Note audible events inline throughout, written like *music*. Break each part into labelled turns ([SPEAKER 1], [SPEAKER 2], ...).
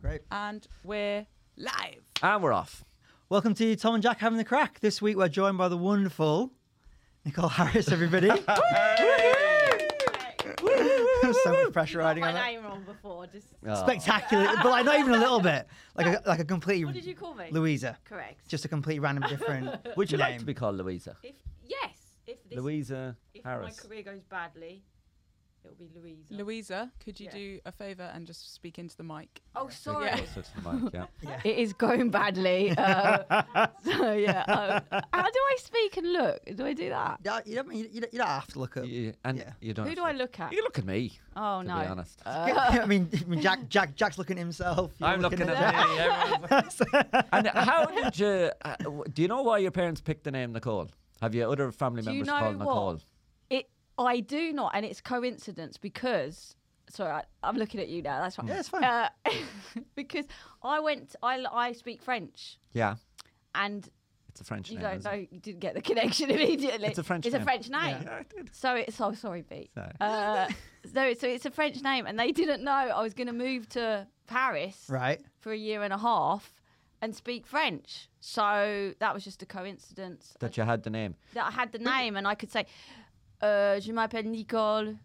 [SPEAKER 1] Great.
[SPEAKER 2] and we're live.
[SPEAKER 3] And we're off.
[SPEAKER 1] Welcome to Tom and Jack having the crack. This week we're joined by the wonderful Nicole Harris.
[SPEAKER 3] *laughs*
[SPEAKER 1] Everybody, *laughs* so much pressure riding
[SPEAKER 4] my
[SPEAKER 1] on it.
[SPEAKER 4] name wrong before. Just
[SPEAKER 3] Oh.
[SPEAKER 5] *laughs*
[SPEAKER 1] Spectacular, but like not even a little bit. Like a, like a completely.
[SPEAKER 4] what did you call me?
[SPEAKER 1] Louisa.
[SPEAKER 4] Correct.
[SPEAKER 1] Just a completely random different.
[SPEAKER 5] *laughs*
[SPEAKER 3] Would you
[SPEAKER 1] name.
[SPEAKER 3] like to be called Louisa?
[SPEAKER 4] if yes, if this
[SPEAKER 3] Louisa
[SPEAKER 4] if
[SPEAKER 3] Harris.
[SPEAKER 4] my career goes badly, it'll be Louisa.
[SPEAKER 2] Louisa, could you
[SPEAKER 4] Yeah.
[SPEAKER 2] do a favour and just speak into the mic?
[SPEAKER 4] oh, sorry.
[SPEAKER 5] *laughs*
[SPEAKER 2] Yeah.
[SPEAKER 3] Also to the mic, yeah.
[SPEAKER 1] Yeah.
[SPEAKER 5] It is going badly. Uh, *laughs* so yeah, uh, how do I speak and look? Do I do that?
[SPEAKER 1] Yeah, You don't, you don't, you don't have to look up.
[SPEAKER 3] *laughs* You- and
[SPEAKER 1] Yeah.
[SPEAKER 3] you don't.
[SPEAKER 5] Who
[SPEAKER 3] have
[SPEAKER 5] do
[SPEAKER 3] to-
[SPEAKER 5] I look at?
[SPEAKER 3] You look at me.
[SPEAKER 5] Oh
[SPEAKER 3] to
[SPEAKER 5] no.
[SPEAKER 3] be honest.
[SPEAKER 1] *laughs* I mean, I mean, Jack, Jack, Jack's looking at himself. you're
[SPEAKER 3] I'm looking
[SPEAKER 5] *laughs*
[SPEAKER 3] at me.
[SPEAKER 1] at
[SPEAKER 3] and how did you? Uh, w- do you know why your parents picked the name Nicole? Have your other family
[SPEAKER 5] Do you
[SPEAKER 3] members
[SPEAKER 5] know
[SPEAKER 3] called
[SPEAKER 5] what?
[SPEAKER 3] Nicole?
[SPEAKER 5] It. I do not, and it's coincidence because. Sorry, I, I'm looking at you now. That's fine.
[SPEAKER 1] Yeah, it's fine.
[SPEAKER 5] Uh, *laughs* because I went. I I speak French,
[SPEAKER 3] Yeah,
[SPEAKER 5] and
[SPEAKER 3] it's a French
[SPEAKER 5] you
[SPEAKER 3] name.
[SPEAKER 5] don't
[SPEAKER 3] isn't
[SPEAKER 5] know.
[SPEAKER 3] it?
[SPEAKER 5] You didn't get the connection *laughs* immediately.
[SPEAKER 3] It's a French
[SPEAKER 5] It's
[SPEAKER 3] name.
[SPEAKER 5] a French name.
[SPEAKER 3] Yeah, I did.
[SPEAKER 5] So it's oh sorry, B.
[SPEAKER 3] Sorry.
[SPEAKER 5] Uh, *laughs* so so it's a French name, and they didn't know I was going to move to Paris.
[SPEAKER 1] *laughs* Right.
[SPEAKER 5] for a year and a half and speak French. So that was just a coincidence
[SPEAKER 3] That you had the name
[SPEAKER 5] that I had the name and I could say, uh, Je m'appelle Nicole.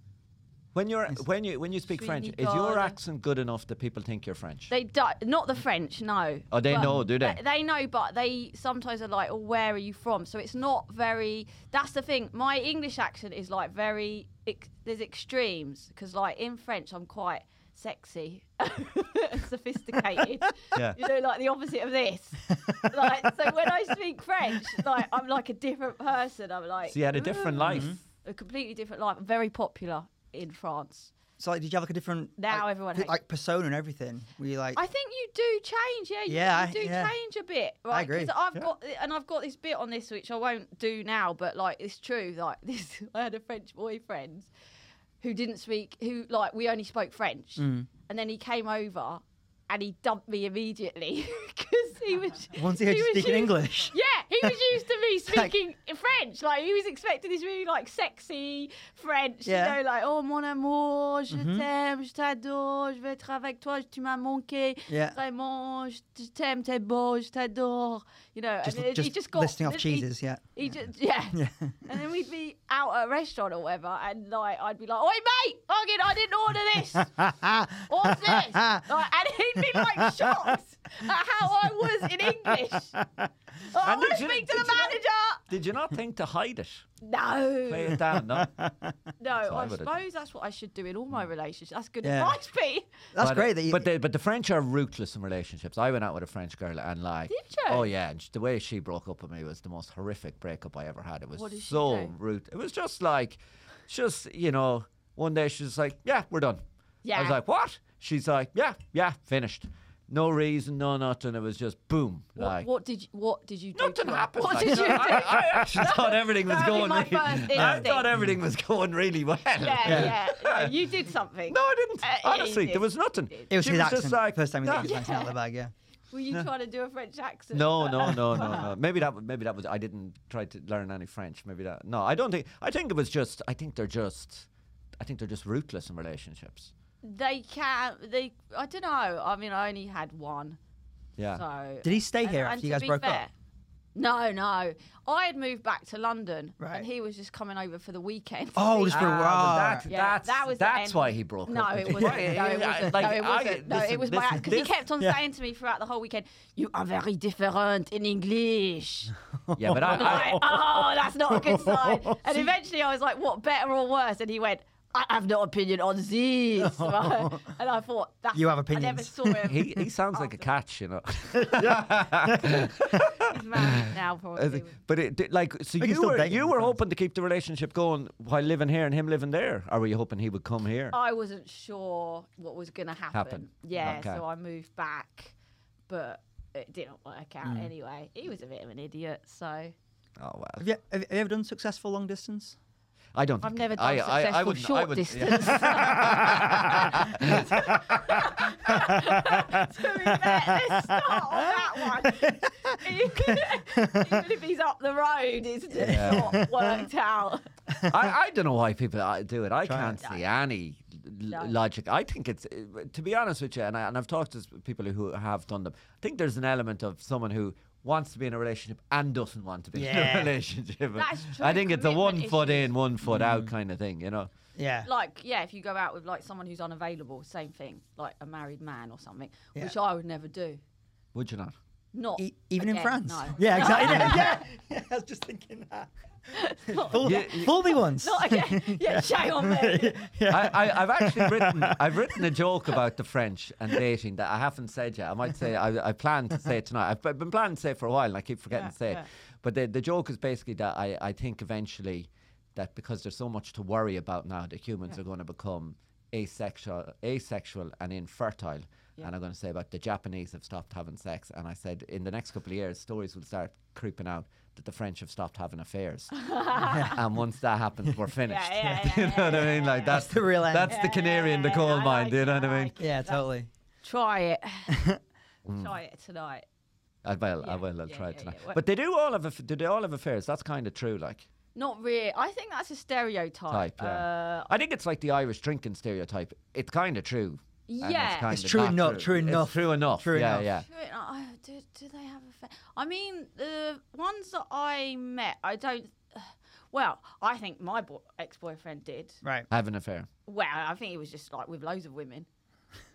[SPEAKER 3] when you're when you when you speak
[SPEAKER 5] Sweet
[SPEAKER 3] French. Is your
[SPEAKER 5] Nicole.
[SPEAKER 3] accent good enough that people think you're French?
[SPEAKER 5] They do, not the French, no.
[SPEAKER 3] Oh, they
[SPEAKER 5] But
[SPEAKER 3] know, do they?
[SPEAKER 5] They, know, but they sometimes are like, "Oh, where are you from?" So it's not very. That's the thing. My English accent is like very. Ex, there's extremes because, like in French, I'm quite sexy, *laughs* and sophisticated. *laughs*
[SPEAKER 3] Yeah.
[SPEAKER 5] You know, like the opposite of this.
[SPEAKER 3] *laughs*
[SPEAKER 5] like, so when I speak French, like I'm like a different person. I'm like
[SPEAKER 3] so you had a different life.
[SPEAKER 5] Mm-hmm. a completely different life. Very popular in France.
[SPEAKER 1] So, like, did you have like a different
[SPEAKER 5] Now
[SPEAKER 1] like,
[SPEAKER 5] everyone
[SPEAKER 1] p-
[SPEAKER 5] hates-
[SPEAKER 1] like persona and everything? Were you like,
[SPEAKER 5] I think you do change, yeah. You,
[SPEAKER 1] Yeah,
[SPEAKER 5] you
[SPEAKER 1] I-
[SPEAKER 5] do
[SPEAKER 1] yeah.
[SPEAKER 5] change a bit, right?
[SPEAKER 1] agree,
[SPEAKER 5] 'Cause I've
[SPEAKER 1] yeah.
[SPEAKER 5] got and I've got this bit on this which I won't do now, but like it's true. Like *laughs* this, I had a French boyfriend who didn't speak, who like we only spoke French,
[SPEAKER 1] Mm.
[SPEAKER 5] and then he came over and he dumped me immediately *laughs* because
[SPEAKER 1] *laughs*
[SPEAKER 5] he was
[SPEAKER 1] once you heard you
[SPEAKER 5] was
[SPEAKER 1] speaking
[SPEAKER 5] used- *laughs*
[SPEAKER 1] English?
[SPEAKER 5] Yeah, he
[SPEAKER 1] *laughs*
[SPEAKER 5] was used to me
[SPEAKER 1] Like-
[SPEAKER 5] speaking French. Like he was expecting this really like sexy French,
[SPEAKER 1] Yeah. Mm-hmm.
[SPEAKER 5] you know, like oh mon amour, je t'aime, je t'adore, je vais être avec toi, tu m'as manqué.
[SPEAKER 1] Yeah.
[SPEAKER 5] Vraiment, je t- je t'aime, t'es beau, je t'adore. You know,
[SPEAKER 1] Just,
[SPEAKER 5] and it-
[SPEAKER 1] just
[SPEAKER 5] he just got
[SPEAKER 1] listing off
[SPEAKER 5] he-
[SPEAKER 1] cheeses, yeah. *laughs*
[SPEAKER 5] He, just yeah.
[SPEAKER 1] Yeah.
[SPEAKER 5] And then we'd be out at a restaurant or whatever, and like I'd be like, "Oi, mate, fucking, I didn't order
[SPEAKER 1] *laughs*
[SPEAKER 5] this." What's
[SPEAKER 3] *laughs*
[SPEAKER 5] this? Like, and he'd be like shocked at how I was in English.
[SPEAKER 3] *laughs*
[SPEAKER 5] Like, I
[SPEAKER 3] And
[SPEAKER 5] want
[SPEAKER 3] did
[SPEAKER 5] to
[SPEAKER 3] you-
[SPEAKER 5] speak to
[SPEAKER 3] did
[SPEAKER 5] the
[SPEAKER 3] you not-
[SPEAKER 5] manager.
[SPEAKER 3] Did you not think to hide it? Play
[SPEAKER 5] No,
[SPEAKER 3] it down.
[SPEAKER 5] *laughs*
[SPEAKER 3] No.
[SPEAKER 5] no.
[SPEAKER 3] So I
[SPEAKER 5] I
[SPEAKER 3] would've-
[SPEAKER 5] suppose that's what I should do in all my relationships. That's good
[SPEAKER 1] Yeah.
[SPEAKER 5] advice, Pete.
[SPEAKER 1] That's
[SPEAKER 3] but, uh,
[SPEAKER 1] great. That you, *laughs*
[SPEAKER 3] but the, but the French are ruthless in relationships. I went out with a French girl and like,
[SPEAKER 5] Did you?
[SPEAKER 3] oh yeah, and sh- the way she broke up with me was the most horrific breakup I ever had. It was
[SPEAKER 5] What did she
[SPEAKER 3] so
[SPEAKER 5] do?
[SPEAKER 3] rude. It was just like, just you know, one day she's like, yeah, we're done. I was
[SPEAKER 5] Yeah.
[SPEAKER 3] like, what? She's like, yeah, yeah, finished. No reason, no nothing. It was just boom,
[SPEAKER 5] What,
[SPEAKER 3] like.
[SPEAKER 5] what did you? What did you do?
[SPEAKER 3] Nothing
[SPEAKER 5] to her?
[SPEAKER 3] happened.
[SPEAKER 5] What
[SPEAKER 3] like,
[SPEAKER 5] did you
[SPEAKER 3] *laughs*
[SPEAKER 5] do?
[SPEAKER 3] I, I
[SPEAKER 5] *laughs*
[SPEAKER 3] actually thought everything was
[SPEAKER 5] That would be
[SPEAKER 3] going.
[SPEAKER 5] my
[SPEAKER 3] really, *laughs*
[SPEAKER 5] first
[SPEAKER 3] I thought
[SPEAKER 5] instinct.
[SPEAKER 3] everything was going really well.
[SPEAKER 5] yeah, yeah, yeah. You did something.
[SPEAKER 3] No, I didn't.
[SPEAKER 5] Uh, yeah, you
[SPEAKER 3] Honestly, there
[SPEAKER 5] did.
[SPEAKER 3] was nothing.
[SPEAKER 1] it was
[SPEAKER 3] she
[SPEAKER 1] his
[SPEAKER 3] was
[SPEAKER 1] accent.
[SPEAKER 3] just like "Ah,
[SPEAKER 1] First time he
[SPEAKER 3] "Nah."
[SPEAKER 1] got his accent out of the bag, yeah.
[SPEAKER 5] Were you trying to do a French accent?
[SPEAKER 3] *laughs* No, no, no, no, *laughs* no. Maybe that. w- Maybe that was. I didn't try to learn any French. Maybe that. No, I don't think. I think it was just. I think they're just. I think they're just ruthless in relationships.
[SPEAKER 5] They can. They. I don't know. I mean, I only had one.
[SPEAKER 3] Yeah.
[SPEAKER 5] So
[SPEAKER 1] Did he stay
[SPEAKER 5] And-
[SPEAKER 1] here
[SPEAKER 5] and
[SPEAKER 1] after you
[SPEAKER 5] to
[SPEAKER 1] guys
[SPEAKER 5] be
[SPEAKER 1] broke
[SPEAKER 5] fair-
[SPEAKER 1] up?
[SPEAKER 5] No, no. I had moved back to London,
[SPEAKER 1] Right.
[SPEAKER 5] and he was just coming over for the weekend.
[SPEAKER 1] Oh, just
[SPEAKER 5] just
[SPEAKER 1] for a
[SPEAKER 3] Ah,
[SPEAKER 1] while.
[SPEAKER 3] well, that-
[SPEAKER 5] Yeah,
[SPEAKER 3] that's,
[SPEAKER 5] that was the
[SPEAKER 3] that's
[SPEAKER 5] end.
[SPEAKER 3] why
[SPEAKER 1] *laughs*
[SPEAKER 3] he broke
[SPEAKER 5] *laughs* no,
[SPEAKER 3] up.
[SPEAKER 5] it
[SPEAKER 3] with
[SPEAKER 5] wasn't.
[SPEAKER 3] you. *laughs*
[SPEAKER 5] No, it wasn't. No,
[SPEAKER 3] Like,
[SPEAKER 5] it
[SPEAKER 3] I-
[SPEAKER 5] wasn't. No,
[SPEAKER 3] listen,
[SPEAKER 5] it was my
[SPEAKER 3] listen,
[SPEAKER 5] because he
[SPEAKER 3] this-
[SPEAKER 5] kept on
[SPEAKER 1] Yeah.
[SPEAKER 5] saying to me throughout the whole weekend, "You are very different
[SPEAKER 1] *laughs*
[SPEAKER 5] in English."
[SPEAKER 3] *laughs* Yeah, but I, I,
[SPEAKER 5] Like, oh, that's not a good sign. And eventually, I was like, "What better or worse?" And he went, "I have no opinion on this." *laughs*
[SPEAKER 1] *laughs*
[SPEAKER 5] Right? and I thought, that's,
[SPEAKER 1] You have
[SPEAKER 5] I never
[SPEAKER 1] opinions.
[SPEAKER 3] *laughs*
[SPEAKER 5] saw
[SPEAKER 1] *laughs*
[SPEAKER 5] him.
[SPEAKER 3] he, he sounds like a catch, *laughs* you know.
[SPEAKER 5] He's married
[SPEAKER 1] *laughs*
[SPEAKER 5] now, probably.
[SPEAKER 3] but it did- like so
[SPEAKER 1] We can
[SPEAKER 3] you
[SPEAKER 1] still
[SPEAKER 3] were
[SPEAKER 1] date him
[SPEAKER 3] you
[SPEAKER 1] in
[SPEAKER 3] were
[SPEAKER 1] France.
[SPEAKER 3] hoping to keep the relationship going while living here and him living there, or were you hoping he would come here?
[SPEAKER 5] I wasn't sure what was going to happen.
[SPEAKER 3] Happen.
[SPEAKER 5] Yeah,
[SPEAKER 3] Okay.
[SPEAKER 5] so I moved back, but it didn't work out
[SPEAKER 3] Mm.
[SPEAKER 5] anyway. He was a bit of an idiot, so
[SPEAKER 3] oh well.
[SPEAKER 1] Have you, have you ever done successful long distance?
[SPEAKER 3] I don't.
[SPEAKER 5] I've
[SPEAKER 3] think-
[SPEAKER 5] never done
[SPEAKER 3] I, I, I
[SPEAKER 5] successful
[SPEAKER 3] wouldn't- I
[SPEAKER 5] short
[SPEAKER 3] wouldn't- yeah.
[SPEAKER 5] distance. *laughs* to be fair, let's start on that one. Even even *laughs* if he's up the road, it's just not worked out.
[SPEAKER 3] I, I don't know why people uh, do it. I
[SPEAKER 1] Try
[SPEAKER 3] can't
[SPEAKER 1] it.
[SPEAKER 3] see any
[SPEAKER 5] No.
[SPEAKER 3] l- logic. I think it's, uh, to be honest with you, and, I, and I've talked to s- people who have done them. I think there's an element of someone who wants to be in a relationship and doesn't want to be in
[SPEAKER 1] Yeah.
[SPEAKER 3] a relationship.
[SPEAKER 5] That's
[SPEAKER 3] I
[SPEAKER 5] true,
[SPEAKER 3] think it's a one
[SPEAKER 5] commitment
[SPEAKER 3] foot
[SPEAKER 5] issues. Mm.
[SPEAKER 3] in, one foot out kind of thing. You know.
[SPEAKER 1] Yeah.
[SPEAKER 5] Like, yeah, if you go out with like someone who's unavailable, same thing, like a married man or something,
[SPEAKER 1] Yeah.
[SPEAKER 5] which I would never do.
[SPEAKER 3] Would you not?
[SPEAKER 5] Not
[SPEAKER 1] E- even in
[SPEAKER 5] again,
[SPEAKER 1] France.
[SPEAKER 5] No.
[SPEAKER 3] *laughs*
[SPEAKER 1] Yeah, exactly. yeah, *laughs*
[SPEAKER 5] *laughs*
[SPEAKER 1] yeah. Yeah, I was just thinking that. *laughs* Fool,
[SPEAKER 3] Yeah, yeah.
[SPEAKER 1] fool me once. *laughs*
[SPEAKER 5] Not again. Yeah, shame on
[SPEAKER 3] *laughs*
[SPEAKER 5] me.
[SPEAKER 3] I,
[SPEAKER 5] *laughs*
[SPEAKER 3] I, I've actually written I've written a joke about the French and dating that I haven't said yet. I might say I, I plan to say it tonight. I've b- been planning to say it for a while and I keep forgetting
[SPEAKER 2] Yeah,
[SPEAKER 3] to say
[SPEAKER 2] yeah.
[SPEAKER 3] it. But the, the joke is basically that I, I think eventually that because there's so much to worry about now that humans are going to become asexual asexual and infertile. And I'm going to say about the Japanese have stopped having sex. And I said in the next couple of years, stories will start creeping out that the French have stopped having
[SPEAKER 5] *laughs*
[SPEAKER 3] affairs. and once that happens, we're finished.
[SPEAKER 5] yeah,
[SPEAKER 3] *laughs*
[SPEAKER 5] yeah,
[SPEAKER 3] you know what I mean? Like that's
[SPEAKER 1] That's the real end.
[SPEAKER 3] That's the canary in the
[SPEAKER 5] yeah,
[SPEAKER 3] coal
[SPEAKER 5] I
[SPEAKER 3] mine.
[SPEAKER 5] like
[SPEAKER 3] Do you know
[SPEAKER 5] it,
[SPEAKER 3] what
[SPEAKER 5] I
[SPEAKER 3] I mean?
[SPEAKER 5] like
[SPEAKER 1] yeah, totally.
[SPEAKER 5] Try
[SPEAKER 3] *laughs*
[SPEAKER 5] it. Try
[SPEAKER 3] Mm.
[SPEAKER 5] it tonight.
[SPEAKER 3] I will. I
[SPEAKER 5] Yeah,
[SPEAKER 3] will. I'll
[SPEAKER 5] yeah,
[SPEAKER 3] try
[SPEAKER 5] yeah,
[SPEAKER 3] it tonight.
[SPEAKER 5] yeah. Wha-
[SPEAKER 3] But they do all have. Aff- do they all have affairs? That's kind of true. Like
[SPEAKER 5] Not really. I think that's a stereotype.
[SPEAKER 3] Type, yeah.
[SPEAKER 5] Uh,
[SPEAKER 3] I think it's like the Irish drinking stereotype. It's kind of true. and
[SPEAKER 5] Yeah.
[SPEAKER 3] kinda
[SPEAKER 5] It's
[SPEAKER 1] true
[SPEAKER 3] not
[SPEAKER 1] enough- true
[SPEAKER 3] It's
[SPEAKER 1] enough.
[SPEAKER 3] true enough.
[SPEAKER 1] True
[SPEAKER 3] yeah,
[SPEAKER 1] enough.
[SPEAKER 3] yeah.
[SPEAKER 5] True, I- I- oh, Do, do they have a fa- I mean, the ones that I met, I don't. *sighs* Well, I think my bo- ex boyfriend did.
[SPEAKER 1] Right.
[SPEAKER 3] Have an affair.
[SPEAKER 5] Well, I think he was just like with loads of women.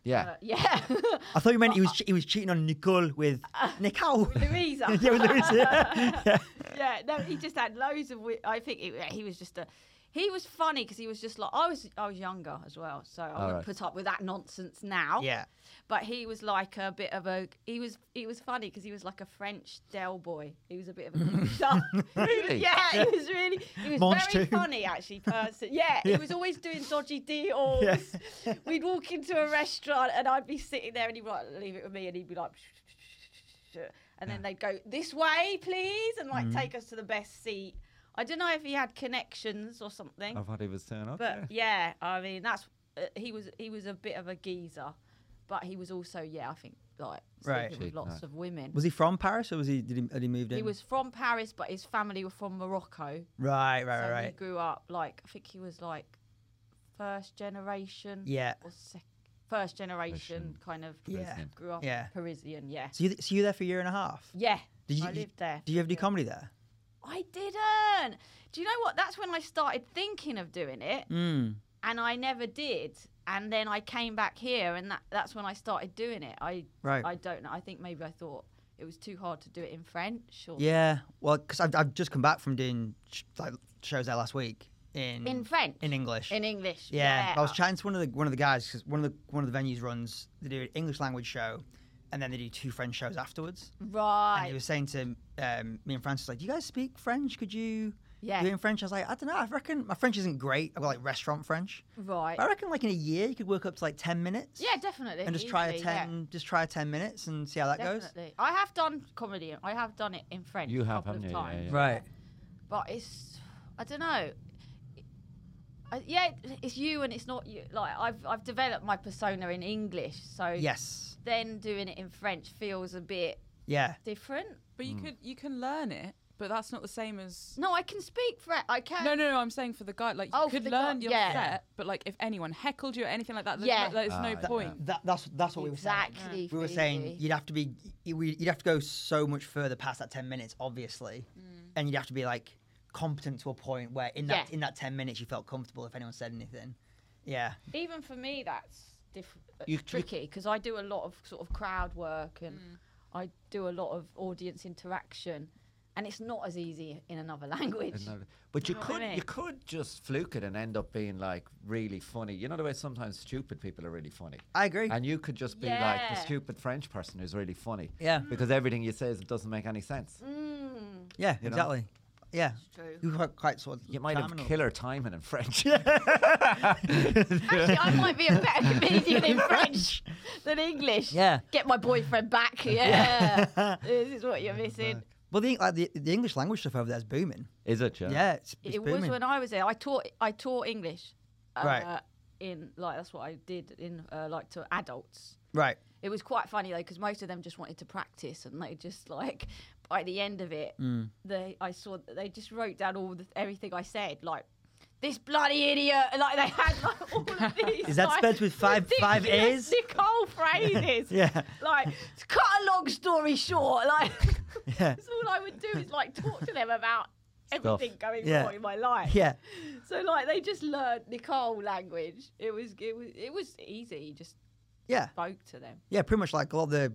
[SPEAKER 3] Yeah.
[SPEAKER 5] Uh, yeah. *laughs*
[SPEAKER 1] I thought you meant he was che- he was cheating on Nicole with Nicole. *laughs*
[SPEAKER 5] Louisa.
[SPEAKER 3] *laughs*
[SPEAKER 1] yeah, with Louis.
[SPEAKER 5] *laughs*
[SPEAKER 1] Yeah.
[SPEAKER 5] yeah, no, he just had loads of. wi- I think it, yeah, he was just a. He was funny because he was just like I was. I was younger as well, so I would
[SPEAKER 3] right.
[SPEAKER 5] put up with that nonsense now.
[SPEAKER 1] Yeah.
[SPEAKER 5] but he was like a bit of a. He was. He was funny because he was like a French Del boy. He was a bit of a. sub.
[SPEAKER 3] Really?
[SPEAKER 5] *laughs* Yeah, he was really. He was
[SPEAKER 1] Mange
[SPEAKER 5] very
[SPEAKER 1] too.
[SPEAKER 5] funny actually. Person. Yeah, he was always doing dodgy deals.
[SPEAKER 1] Yeah.
[SPEAKER 5] *laughs* We'd walk into a restaurant and I'd be sitting there and he'd be like, leave it with me, and he'd be like. *laughs* And then they'd go this way, please, and like take us to the best seat. I don't know if he had connections or something.
[SPEAKER 3] Of what he was saying. Okay.
[SPEAKER 5] But yeah, I mean that's uh, he was he was a bit of a geezer, but he was also yeah I think like sleeping
[SPEAKER 1] Right.
[SPEAKER 5] with
[SPEAKER 3] Cheap,
[SPEAKER 5] lots
[SPEAKER 3] no.
[SPEAKER 5] of women.
[SPEAKER 1] Was he from Paris or was he did he, had he moved in?
[SPEAKER 5] He was from Paris, but his family were from Morocco.
[SPEAKER 1] Right, right,
[SPEAKER 5] so
[SPEAKER 1] right,
[SPEAKER 5] he
[SPEAKER 1] right.
[SPEAKER 5] grew up like I think he was like first generation
[SPEAKER 1] Yeah.
[SPEAKER 5] or sec- first generation
[SPEAKER 3] Russian,
[SPEAKER 5] kind of
[SPEAKER 1] Yeah.
[SPEAKER 5] grew up
[SPEAKER 1] Yeah.
[SPEAKER 5] Parisian. Yeah,
[SPEAKER 1] So you so you were there for a year and a half.
[SPEAKER 5] yeah.
[SPEAKER 1] Did you,
[SPEAKER 5] I lived there.
[SPEAKER 1] Do you ever do
[SPEAKER 5] Yeah.
[SPEAKER 1] comedy there?
[SPEAKER 5] I didn't. Do you know what? That's when I started thinking of doing it.
[SPEAKER 1] Mm.
[SPEAKER 5] and I never did. And then I came back here, and that, that's when I started doing it. I
[SPEAKER 1] Right.
[SPEAKER 5] I don't know. I think maybe I thought it was too hard to do it in French. Or
[SPEAKER 1] Yeah. Well, because I've, I've just come back from doing sh- like shows there last week in
[SPEAKER 5] in French,
[SPEAKER 1] in English.
[SPEAKER 5] in English.
[SPEAKER 1] yeah. I was chatting to one of the one of the guys because one of the one of the venues runs they do an English language show, and then they do two French shows afterwards. And he
[SPEAKER 5] right.
[SPEAKER 1] was saying to um, me and Francis, like, "Do you guys speak French? Could you
[SPEAKER 5] Yeah.
[SPEAKER 1] do it in French?" I was like, "I don't know. I reckon my French isn't great. I've got like restaurant French.
[SPEAKER 5] Right.
[SPEAKER 1] But I reckon like in a year you could work up to like ten minutes.
[SPEAKER 5] Yeah, definitely.
[SPEAKER 1] And just try a
[SPEAKER 5] easily, yeah,
[SPEAKER 1] ten, just try a ten minutes and see how that
[SPEAKER 5] Definitely. I have done comedy. I have done it in French.
[SPEAKER 3] You
[SPEAKER 5] a
[SPEAKER 3] have,
[SPEAKER 5] couple
[SPEAKER 3] haven't
[SPEAKER 5] of
[SPEAKER 3] you? Yeah,
[SPEAKER 5] times.
[SPEAKER 1] goes.
[SPEAKER 3] yeah.
[SPEAKER 1] Right.
[SPEAKER 5] But it's I don't know. I, yeah, it's you and it's not you. Like I've I've developed my persona in English, so
[SPEAKER 1] Yes.
[SPEAKER 5] then doing it in French feels a bit
[SPEAKER 1] Yeah.
[SPEAKER 5] different.
[SPEAKER 2] But you could you can learn it, but that's not the same as.
[SPEAKER 5] No, I can speak French. I can.
[SPEAKER 2] No, no, no. I'm saying for the guy, like you
[SPEAKER 5] Oh, for
[SPEAKER 2] could
[SPEAKER 5] the guy-
[SPEAKER 2] learn your
[SPEAKER 5] yeah.
[SPEAKER 2] set, but like if anyone heckled you or anything like that, there's,
[SPEAKER 5] Yeah.
[SPEAKER 2] no, there's
[SPEAKER 3] Ah,
[SPEAKER 2] no
[SPEAKER 3] yeah.
[SPEAKER 2] point.
[SPEAKER 1] That, that's that's what we were saying.
[SPEAKER 5] exactly.
[SPEAKER 1] We were saying
[SPEAKER 5] Phoebe.
[SPEAKER 1] you'd have to be you- we- you'd have to go so much further past that ten minutes, obviously,
[SPEAKER 5] Mm.
[SPEAKER 1] and you'd have to be like competent to a point where in that
[SPEAKER 5] Yeah.
[SPEAKER 1] in that ten minutes you felt comfortable if anyone said anything. Yeah.
[SPEAKER 5] Even for me, that's diff- uh,
[SPEAKER 3] You- you-
[SPEAKER 5] tricky because I do a lot of sort of crowd work and I do a lot of audience interaction, and it's not as easy in another *laughs* language.
[SPEAKER 3] Another- But you
[SPEAKER 5] know what I
[SPEAKER 3] could
[SPEAKER 5] mean?
[SPEAKER 3] you could just fluke it and end up being like really funny. You know the way sometimes stupid people are really funny.
[SPEAKER 1] I agree.
[SPEAKER 3] And you could just be like the
[SPEAKER 5] Yeah.
[SPEAKER 3] stupid French person who's really funny.
[SPEAKER 1] Yeah.
[SPEAKER 3] Because everything you say is, doesn't make any sense.
[SPEAKER 5] Mm,
[SPEAKER 1] yeah.
[SPEAKER 3] you know.
[SPEAKER 1] exactly. Yeah.
[SPEAKER 5] true.
[SPEAKER 1] You were quite, quite sort of
[SPEAKER 3] You might have
[SPEAKER 1] terminal.
[SPEAKER 3] killer timing in
[SPEAKER 1] *laughs*
[SPEAKER 3] French. *laughs*
[SPEAKER 5] Actually, I might be a better comedian in French than English.
[SPEAKER 1] Yeah.
[SPEAKER 5] Get my
[SPEAKER 1] *laughs*
[SPEAKER 5] boyfriend back. Yeah. this is what you're
[SPEAKER 1] uh,
[SPEAKER 5] missing.
[SPEAKER 1] Well, the like the, the English language stuff over there is booming.
[SPEAKER 3] Is it? Yeah.
[SPEAKER 1] Yeah, it's, it's
[SPEAKER 5] it
[SPEAKER 1] booming.
[SPEAKER 5] was when I was there. I taught I taught English. Uh,
[SPEAKER 1] Right.
[SPEAKER 5] In like that's what I did in uh, like to adults.
[SPEAKER 1] right. *laughs*
[SPEAKER 5] It was quite funny though because most of them just wanted to practice and they just like
[SPEAKER 1] Mm.
[SPEAKER 5] by the end of it, they I saw that they just wrote down all the, everything I said like. this bloody idiot. and, Like they had like all
[SPEAKER 1] *laughs*
[SPEAKER 5] of these.
[SPEAKER 1] Is that
[SPEAKER 5] like,
[SPEAKER 1] spelled with five- five
[SPEAKER 5] ridiculous
[SPEAKER 1] A's?
[SPEAKER 5] Nicole phrases.
[SPEAKER 1] Yeah.
[SPEAKER 5] Like to cut a long story short, like *laughs*
[SPEAKER 1] Yeah.
[SPEAKER 5] that's all I would do is like talk to them about everything going
[SPEAKER 1] Yeah.
[SPEAKER 5] wrong in my life.
[SPEAKER 1] Yeah.
[SPEAKER 5] So like they just learned Nicole language. It was it was it was easy. You just
[SPEAKER 1] Yeah.
[SPEAKER 5] spoke to them.
[SPEAKER 1] Yeah. Pretty much like a lot of the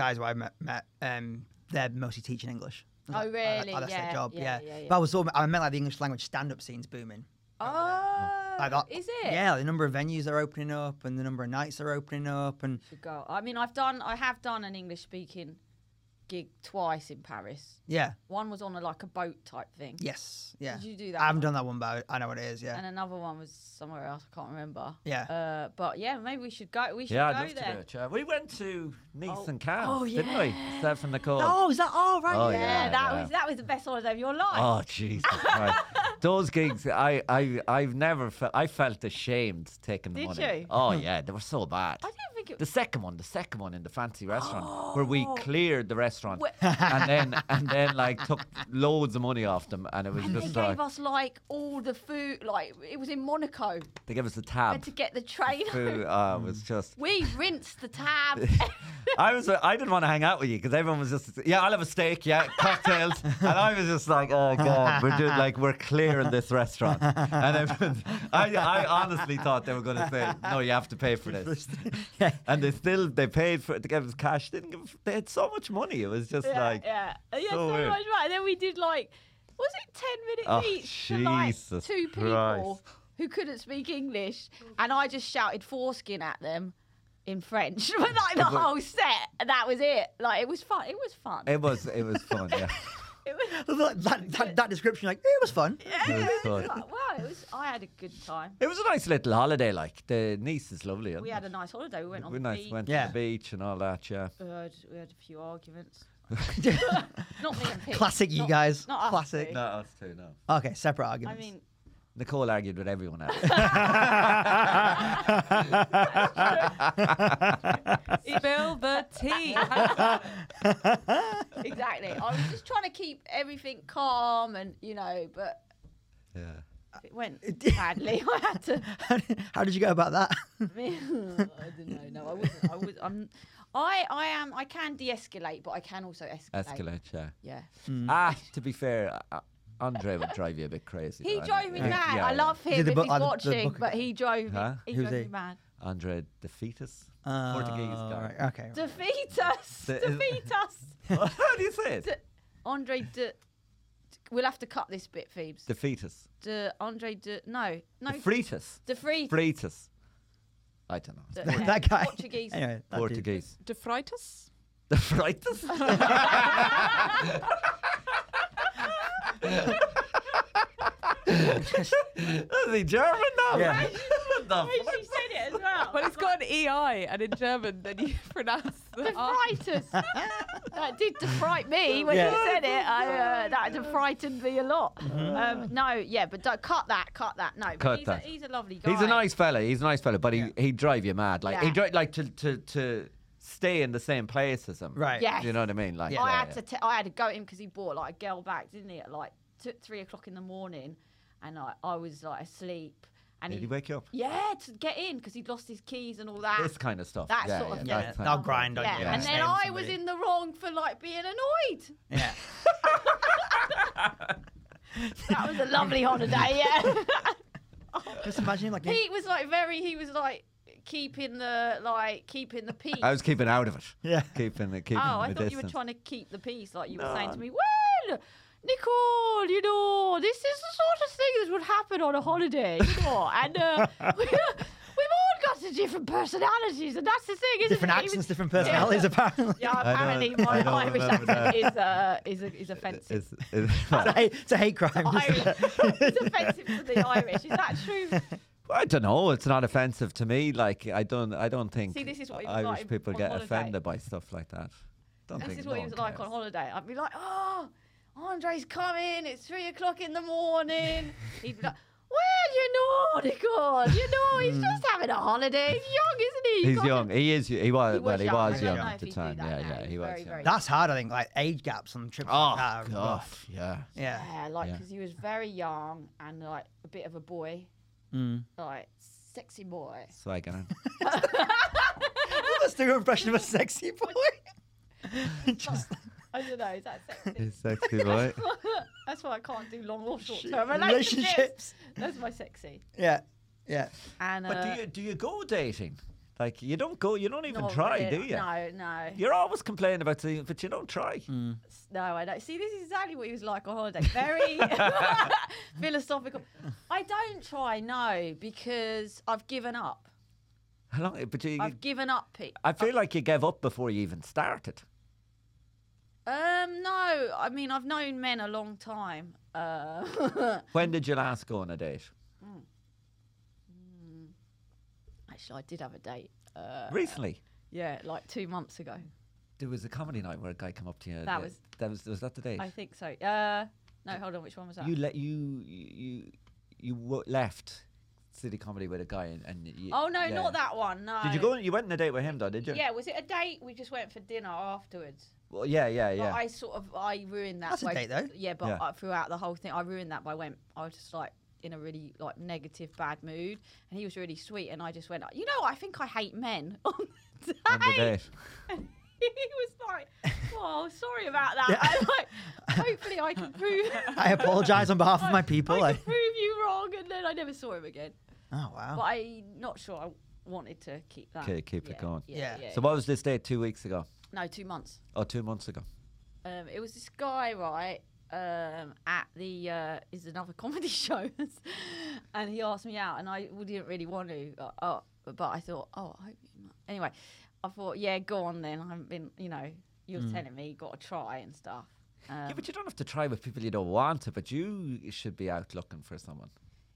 [SPEAKER 1] guys who I met, met um, they're mostly teaching English. I was
[SPEAKER 5] Oh,
[SPEAKER 1] like, that-
[SPEAKER 5] really?
[SPEAKER 1] that's
[SPEAKER 5] Yeah,
[SPEAKER 1] their job.
[SPEAKER 5] yeah,
[SPEAKER 1] Yeah.
[SPEAKER 5] yeah, yeah.
[SPEAKER 1] But I was all, I meant like the English language stand up scenes booming.
[SPEAKER 5] Oh,
[SPEAKER 1] Like that-
[SPEAKER 5] is it?
[SPEAKER 1] Yeah, the number of venues are opening up and the number of nights are opening up and
[SPEAKER 5] Good goal. I mean, I've done, I have done an English speaking gig twice in Paris.
[SPEAKER 1] yeah,
[SPEAKER 5] One was on a, like a boat type thing.
[SPEAKER 1] yes, yeah.
[SPEAKER 5] Did you do
[SPEAKER 1] I
[SPEAKER 5] that? one?
[SPEAKER 1] haven't done that one, but I I know what it is. Yeah, *laughs*
[SPEAKER 5] And another one was somewhere else. I can't remember.
[SPEAKER 1] Yeah.
[SPEAKER 5] Uh, but yeah, maybe we should go. We should
[SPEAKER 3] Yeah, I'd
[SPEAKER 5] go
[SPEAKER 3] love
[SPEAKER 5] there.
[SPEAKER 3] to do it. yeah. We went to Nice
[SPEAKER 5] Oh.
[SPEAKER 3] and Cannes,
[SPEAKER 5] Oh,
[SPEAKER 3] didn't we?
[SPEAKER 5] yeah.
[SPEAKER 3] Steph and Nicole.
[SPEAKER 1] oh, is that all right?
[SPEAKER 3] Oh,
[SPEAKER 5] yeah,
[SPEAKER 3] yeah,
[SPEAKER 5] that
[SPEAKER 3] yeah.
[SPEAKER 5] was that was the best holiday of your life.
[SPEAKER 3] Oh Jesus Christ! Those gigs, I, I, I've never felt. I felt ashamed taking the
[SPEAKER 5] Did
[SPEAKER 3] money.
[SPEAKER 5] you?
[SPEAKER 3] Oh yeah, they were so bad.
[SPEAKER 5] I didn't think it
[SPEAKER 3] The
[SPEAKER 5] was.
[SPEAKER 3] second one, the second one in the fancy restaurant, where we
[SPEAKER 5] Oh.
[SPEAKER 3] cleared the restaurant,
[SPEAKER 5] Wait.
[SPEAKER 3] *laughs* and then and then like took loads of money off them, and it was
[SPEAKER 5] And they
[SPEAKER 3] just like
[SPEAKER 5] gave us like all the food. Like it was in Monaco.
[SPEAKER 3] they gave us a
[SPEAKER 5] We had
[SPEAKER 3] tab.
[SPEAKER 5] to get the train. *laughs*
[SPEAKER 3] Food, oh, it was just.
[SPEAKER 5] we rinsed the
[SPEAKER 3] *laughs*
[SPEAKER 5] tab.
[SPEAKER 3] I was. I didn't want to hang out with you because everyone was just. Yeah, I'll have a steak. Yeah, cocktails. and I was just like, oh god, we're doing, like we're clearing this restaurant. And everyone, *laughs* I, I honestly thought they were going to say, no, you have to pay for
[SPEAKER 1] *laughs*
[SPEAKER 3] this.
[SPEAKER 1] yeah.
[SPEAKER 3] And they still they paid for it. They gave us cash. They didn't give. a- They had so much money. It was just
[SPEAKER 5] yeah,
[SPEAKER 3] like.
[SPEAKER 5] yeah, yeah, so,
[SPEAKER 3] so weird.
[SPEAKER 5] much right. And then we did like, was it ten minutes
[SPEAKER 3] Oh,
[SPEAKER 5] each for like
[SPEAKER 3] Jesus
[SPEAKER 5] two people
[SPEAKER 3] Christ.
[SPEAKER 5] who couldn't speak English, and I just shouted foreskin at them in French *laughs* for like the
[SPEAKER 3] But-
[SPEAKER 5] whole set. And that was it. Like it was fun. It was fun.
[SPEAKER 3] It was. It was fun.
[SPEAKER 5] *laughs*
[SPEAKER 3] Yeah.
[SPEAKER 5] It was-
[SPEAKER 1] that, that, that, that description, like, it was
[SPEAKER 5] *laughs*
[SPEAKER 1] fun. *laughs*
[SPEAKER 3] *laughs* It was fun.
[SPEAKER 5] like, wow, it was. I had a good time.
[SPEAKER 3] It was a nice little holiday. Like the Nice is lovely. Isn't
[SPEAKER 5] We had
[SPEAKER 3] it?
[SPEAKER 5] a nice holiday. We went on
[SPEAKER 3] we
[SPEAKER 5] the
[SPEAKER 3] nice
[SPEAKER 5] beach.
[SPEAKER 3] went
[SPEAKER 1] Yeah.
[SPEAKER 3] to the beach and all that. Yeah.
[SPEAKER 5] We had, we had a few arguments.
[SPEAKER 1] Yeah.
[SPEAKER 5] Not me
[SPEAKER 1] *laughs*
[SPEAKER 5] and Pete.
[SPEAKER 1] Classic, you
[SPEAKER 5] Not-
[SPEAKER 1] guys.
[SPEAKER 5] not us
[SPEAKER 1] Classic.
[SPEAKER 5] two.
[SPEAKER 3] No, us too. No.
[SPEAKER 1] Okay, separate
[SPEAKER 5] I
[SPEAKER 1] arguments.
[SPEAKER 5] mean, *laughs*
[SPEAKER 3] Nicole argued with everyone
[SPEAKER 1] *laughs*
[SPEAKER 3] else.
[SPEAKER 2] *laughs*
[SPEAKER 3] *laughs*
[SPEAKER 2] Spill the *laughs* tea.
[SPEAKER 5] exactly. I was just trying to keep everything calm and you know, but
[SPEAKER 3] yeah.
[SPEAKER 5] it went badly. *laughs* I had
[SPEAKER 1] *laughs*
[SPEAKER 5] to.
[SPEAKER 1] How did- *laughs* How did you go about that?
[SPEAKER 5] I don't know. No, I wasn't. I was. I'm. I. I am. I can de-escalate, but I can also escalate.
[SPEAKER 3] Escalate, yeah.
[SPEAKER 5] Yeah.
[SPEAKER 1] mm.
[SPEAKER 3] Ah, to be fair, uh, Andre would drive you a bit crazy.
[SPEAKER 5] He
[SPEAKER 3] though,
[SPEAKER 5] drove
[SPEAKER 3] anyway.
[SPEAKER 5] me
[SPEAKER 3] Yeah,
[SPEAKER 5] mad.
[SPEAKER 3] yeah,
[SPEAKER 5] I
[SPEAKER 3] yeah.
[SPEAKER 5] love
[SPEAKER 1] Is it
[SPEAKER 5] him
[SPEAKER 1] the
[SPEAKER 5] if
[SPEAKER 1] bu-
[SPEAKER 5] he's
[SPEAKER 1] uh, the
[SPEAKER 5] watching,
[SPEAKER 1] book-
[SPEAKER 5] but he drove me.
[SPEAKER 3] Huh?
[SPEAKER 5] He
[SPEAKER 1] Who's
[SPEAKER 5] drove me
[SPEAKER 1] he?
[SPEAKER 5] mad.
[SPEAKER 3] Andre the
[SPEAKER 1] *laughs*
[SPEAKER 3] fetus.
[SPEAKER 1] Uh,
[SPEAKER 3] Portuguese guy.
[SPEAKER 1] right, Okay.
[SPEAKER 5] Defeat us.
[SPEAKER 3] The-
[SPEAKER 5] Defeat us.
[SPEAKER 3] How do you say it?
[SPEAKER 5] De- Andre de. We'll have to cut this bit, Phoebes.
[SPEAKER 3] The fetus.
[SPEAKER 5] De Andre de. No. No.
[SPEAKER 3] The freetus.
[SPEAKER 5] Defeat.
[SPEAKER 3] Freetus. I don't know.
[SPEAKER 5] De- yeah,
[SPEAKER 1] That guy.
[SPEAKER 5] Portuguese.
[SPEAKER 1] Anyway, that dude.
[SPEAKER 3] Portuguese.
[SPEAKER 2] *laughs* De Freitas?
[SPEAKER 1] *laughs*
[SPEAKER 3] The fritus? *laughs* Is he German now?
[SPEAKER 1] Yeah.
[SPEAKER 3] what the
[SPEAKER 4] She said it as well.
[SPEAKER 2] Well, it's got an EI, and in German, then you *laughs* pronounce the R.
[SPEAKER 5] Oh. *laughs* Defright us. that did defright me when you
[SPEAKER 1] Yeah.
[SPEAKER 5] said it. I, uh, that had frightened me a lot. Um, no, yeah, but don't, cut that, cut that. No, but
[SPEAKER 3] Mm. Cut
[SPEAKER 5] he's,
[SPEAKER 3] that.
[SPEAKER 5] A, he's a lovely guy.
[SPEAKER 3] He's a nice fella. He's a nice fella, but he he'd drive you mad. Like he
[SPEAKER 5] Yeah.
[SPEAKER 3] drive like to, to to stay in the same place as him.
[SPEAKER 1] Right.
[SPEAKER 5] Yeah.
[SPEAKER 3] Do you know what I mean? Like
[SPEAKER 5] I had to, t- I had to go at him because he bought like a girl back, didn't he? At like t- three o'clock in the morning, and I, I was like asleep, and
[SPEAKER 3] Did
[SPEAKER 5] he,
[SPEAKER 3] he wake you up?
[SPEAKER 5] yeah, to get in because he'd lost his keys and all that.
[SPEAKER 3] This kind of stuff.
[SPEAKER 5] That
[SPEAKER 3] yeah,
[SPEAKER 5] sort of
[SPEAKER 1] Yeah,
[SPEAKER 3] that kind
[SPEAKER 1] they'll
[SPEAKER 3] of-
[SPEAKER 1] grind on
[SPEAKER 5] yeah,
[SPEAKER 1] you.
[SPEAKER 5] and
[SPEAKER 1] stay
[SPEAKER 5] then
[SPEAKER 1] with
[SPEAKER 5] I was
[SPEAKER 1] somebody.
[SPEAKER 5] in the wrong for like being annoyed.
[SPEAKER 1] Yeah.
[SPEAKER 5] That was a lovely holiday,
[SPEAKER 3] *laughs*
[SPEAKER 5] yeah.
[SPEAKER 1] Just imagine
[SPEAKER 5] *laughs*
[SPEAKER 1] him like.
[SPEAKER 5] Pete was like very. He was like keeping the like keeping the peace.
[SPEAKER 3] I was keeping out of it.
[SPEAKER 1] Yeah.
[SPEAKER 3] Keeping it. Keeping
[SPEAKER 5] oh, I
[SPEAKER 3] the
[SPEAKER 5] thought
[SPEAKER 3] distance.
[SPEAKER 5] you were trying to keep the peace, like you were saying to me. Well, Nicole, you know, this is the sort of thing that would happen on a holiday, you know,
[SPEAKER 3] *laughs*
[SPEAKER 5] and uh, we, we've all got the different personalities, and that's the thing, isn't
[SPEAKER 1] Different
[SPEAKER 5] it?
[SPEAKER 1] accents, different personalities, apparently.
[SPEAKER 5] *laughs* Yeah,
[SPEAKER 3] I don't-
[SPEAKER 5] apparently
[SPEAKER 3] I
[SPEAKER 5] my
[SPEAKER 3] don't
[SPEAKER 5] Irish
[SPEAKER 3] remember
[SPEAKER 5] accent is, uh, is, is offensive.
[SPEAKER 1] *laughs*
[SPEAKER 3] It's,
[SPEAKER 5] *laughs*
[SPEAKER 3] it's-
[SPEAKER 1] *laughs* It's a hate, it's a hate crime.
[SPEAKER 3] *laughs*
[SPEAKER 1] isn't
[SPEAKER 5] Irish.
[SPEAKER 1] it?
[SPEAKER 5] *laughs* it's offensive to the Irish. Is that true?
[SPEAKER 3] I don't know. It's not offensive to me. Like I don't. I don't think
[SPEAKER 5] See, this is what he was
[SPEAKER 3] Irish
[SPEAKER 5] like
[SPEAKER 3] people
[SPEAKER 5] on
[SPEAKER 3] get
[SPEAKER 5] holiday.
[SPEAKER 3] offended by stuff like that. Don't
[SPEAKER 5] This
[SPEAKER 3] think
[SPEAKER 5] is
[SPEAKER 3] no
[SPEAKER 5] what he
[SPEAKER 3] one
[SPEAKER 5] was like on
[SPEAKER 3] cares.
[SPEAKER 5] holiday. I'd be like, oh, Andre's coming. It's three o'clock in the morning. He'd be like, well, you're Nordicon. You know, he's just having a holiday. He's young, isn't he?
[SPEAKER 3] Hmm. He's
[SPEAKER 5] got a-
[SPEAKER 3] young. He is. He was.
[SPEAKER 5] He
[SPEAKER 3] well,
[SPEAKER 5] was
[SPEAKER 3] he
[SPEAKER 5] young. I
[SPEAKER 3] was
[SPEAKER 5] don't
[SPEAKER 3] young
[SPEAKER 5] know
[SPEAKER 3] at
[SPEAKER 5] if
[SPEAKER 3] the
[SPEAKER 5] he'd do
[SPEAKER 3] time.
[SPEAKER 5] that
[SPEAKER 3] Yeah,
[SPEAKER 5] now.
[SPEAKER 3] yeah.
[SPEAKER 5] He's
[SPEAKER 3] He was.
[SPEAKER 5] very,
[SPEAKER 3] young.
[SPEAKER 5] very-
[SPEAKER 1] *laughs* That's hard, I think. Like age gaps on trips.
[SPEAKER 3] Oh
[SPEAKER 1] like that are
[SPEAKER 3] god.
[SPEAKER 1] rough.
[SPEAKER 3] Yeah.
[SPEAKER 1] Yeah.
[SPEAKER 5] Yeah, like
[SPEAKER 3] Yeah.
[SPEAKER 5] because he was very young and like a bit of a boy,
[SPEAKER 3] Hmm.
[SPEAKER 1] Mm.
[SPEAKER 5] like sexy boy.
[SPEAKER 3] Swagging. *laughs* on.
[SPEAKER 1] *laughs* Let's do an impression of a sexy
[SPEAKER 5] *laughs*
[SPEAKER 1] boy. *laughs* Just
[SPEAKER 5] I don't know, is that sexy?
[SPEAKER 3] He's sexy
[SPEAKER 5] *laughs*
[SPEAKER 3] boy.
[SPEAKER 5] That's why I can't do long or short
[SPEAKER 1] shit.
[SPEAKER 5] term relationships. That's my sexy.
[SPEAKER 1] Yeah. Yeah.
[SPEAKER 5] And
[SPEAKER 3] But
[SPEAKER 5] uh,
[SPEAKER 3] do you do you go dating? Like you don't go. You don't even
[SPEAKER 5] not
[SPEAKER 3] try,
[SPEAKER 5] really.
[SPEAKER 3] do you?
[SPEAKER 5] uh, No, Mm. no,
[SPEAKER 3] You're always complaining about things, but you don't try.
[SPEAKER 5] S- no. I don't see. This is exactly what he was like on
[SPEAKER 3] *laughs*
[SPEAKER 5] holiday. Very *laughs* philosophical. I don't try no because I've given up.
[SPEAKER 3] How long? But you,
[SPEAKER 5] I've given up. Pete.
[SPEAKER 3] I feel like you gave up before you even started.
[SPEAKER 5] Um, no. I mean, I've known men a long time. Uh, *laughs*
[SPEAKER 3] When did you last go on a date?
[SPEAKER 5] actually, I did have a date. Uh,
[SPEAKER 3] Recently.
[SPEAKER 5] yeah, like two months ago.
[SPEAKER 3] There was a comedy night where a guy came up to you. and,
[SPEAKER 5] That
[SPEAKER 3] uh,
[SPEAKER 5] was-
[SPEAKER 3] that was was that the date?
[SPEAKER 5] I think so. Uh, no, hold on. Which one was that?
[SPEAKER 3] you let you you you wo- left City Comedy with a guy and, and you,
[SPEAKER 5] oh no,
[SPEAKER 3] yeah.
[SPEAKER 5] not that one. No.
[SPEAKER 3] Did you go? On, you went on a date with him though, did you?
[SPEAKER 5] Yeah, was it a date? We just went for dinner afterwards.
[SPEAKER 3] Well, yeah, yeah,
[SPEAKER 5] But
[SPEAKER 3] yeah.
[SPEAKER 5] I sort of I ruined that.
[SPEAKER 1] That's a
[SPEAKER 5] by-
[SPEAKER 1] date though.
[SPEAKER 5] Yeah, but
[SPEAKER 3] Yeah.
[SPEAKER 5] I, throughout the whole thing, I ruined that by went. I was just like in a really like negative, bad mood, and he was really sweet, and I just went, you know, I think I hate men. *laughs* On the
[SPEAKER 3] on the
[SPEAKER 5] date.
[SPEAKER 3] date.
[SPEAKER 5] And *laughs* he was like, "Oh, sorry about that." *laughs* I'm like, hopefully, I can prove.
[SPEAKER 1] I apologize on behalf of
[SPEAKER 5] *laughs*
[SPEAKER 1] my
[SPEAKER 5] I
[SPEAKER 1] people.
[SPEAKER 5] can
[SPEAKER 1] Like,
[SPEAKER 5] prove you wrong, and then I never saw him again.
[SPEAKER 1] oh
[SPEAKER 5] But
[SPEAKER 1] wow.
[SPEAKER 5] I'm not sure I wanted to keep that.
[SPEAKER 3] Okay, keep it going.
[SPEAKER 1] Yeah.
[SPEAKER 3] So what was this date two weeks ago
[SPEAKER 5] no, two months.
[SPEAKER 3] or two months ago?
[SPEAKER 5] Um, it was this guy, right, um, at the uh, is another *laughs* comedy show, and he asked me out, and I didn't really want to, uh, oh, but I thought, oh, I hope you might. anyway, I thought, yeah, go on then. I haven't been, you know, you're telling me you got to try and stuff. Um,
[SPEAKER 3] yeah, but you don't have to try with people you don't want to. But you should be out looking for someone.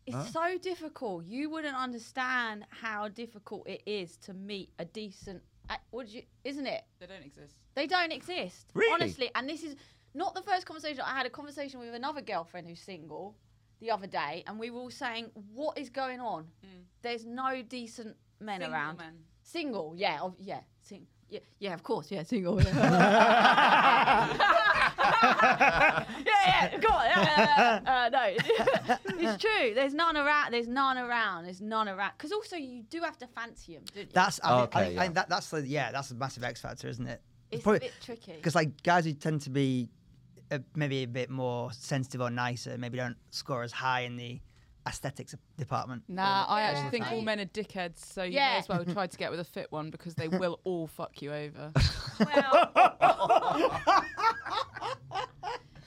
[SPEAKER 5] It's so difficult. You wouldn't understand how difficult it is to meet a decent. uh, Would you? Isn't it?
[SPEAKER 2] They don't exist.
[SPEAKER 5] They don't exist.
[SPEAKER 3] Really?
[SPEAKER 5] Honestly, and this is not the first conversation. I had a conversation with another girlfriend who's single the other day, and we were all saying, "What is going on? There's no decent men
[SPEAKER 2] Hmm. Single
[SPEAKER 5] around.
[SPEAKER 2] men.
[SPEAKER 5] Single, yeah, of, yeah, sing, yeah, yeah, of course, yeah, *laughs* single.
[SPEAKER 3] *laughs*
[SPEAKER 5] yeah, yeah, go on. yeah, yeah, yeah. Uh, no, *laughs* it's true. There's none around. There's none around. There's none around. Because also, you do have to fancy them. Don't you?
[SPEAKER 1] That's I, think- I think, I
[SPEAKER 3] Okay, yeah.
[SPEAKER 1] think that, that's the yeah that's a massive X factor, isn't it?
[SPEAKER 5] it's a
[SPEAKER 1] probably-
[SPEAKER 5] bit
[SPEAKER 3] *laughs*
[SPEAKER 5] tricky.
[SPEAKER 1] Because like guys who tend to be uh, maybe a bit more sensitive or nicer, maybe don't score as high in the aesthetics department.
[SPEAKER 2] Nah, I actually
[SPEAKER 5] Yeah,
[SPEAKER 2] think all
[SPEAKER 5] mate.
[SPEAKER 2] men are dickheads, so you
[SPEAKER 5] Yeah.
[SPEAKER 2] may as well try to get with a fit one because they *laughs* will all fuck you over.
[SPEAKER 3] *laughs*
[SPEAKER 5] Well, *laughs*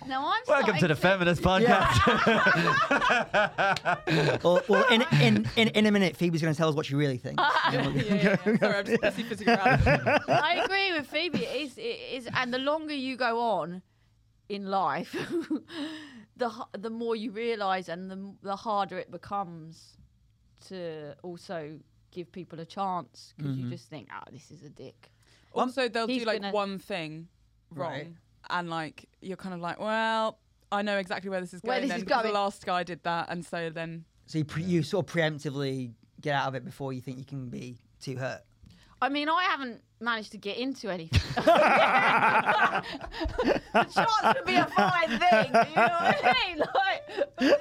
[SPEAKER 5] now I'm
[SPEAKER 3] Welcome
[SPEAKER 5] starting
[SPEAKER 3] to the feminist podcast. *laughs*
[SPEAKER 5] *laughs*
[SPEAKER 1] Or, or in, in, in, in a minute, Phoebe's going to tell us what she really
[SPEAKER 5] *laughs*
[SPEAKER 1] thinks.
[SPEAKER 2] *laughs* yeah, yeah, yeah. Sorry, I'm just pussy pissing around. *laughs*
[SPEAKER 5] I agree with Phoebe. It is, it is, and the longer you go on in life, *laughs* the h- the more you realise, and the m- the harder it becomes to also give people a chance because you just think, oh, this is a dick.
[SPEAKER 2] Also, they'll
[SPEAKER 5] He's
[SPEAKER 2] do like
[SPEAKER 5] gonna-
[SPEAKER 2] one thing wrong,
[SPEAKER 1] Right.
[SPEAKER 2] and like you're kind of like, well, I know exactly where this is
[SPEAKER 5] Where
[SPEAKER 2] going.
[SPEAKER 5] this
[SPEAKER 2] then
[SPEAKER 5] is
[SPEAKER 2] because
[SPEAKER 5] going.
[SPEAKER 2] The last guy did that, and so then
[SPEAKER 1] So you, pre- you sort of preemptively get out of it before you think you can be too hurt.
[SPEAKER 5] I mean, I haven't managed to get into anything. *laughs* the chance would be a fine thing. You know what I mean? *laughs* Like.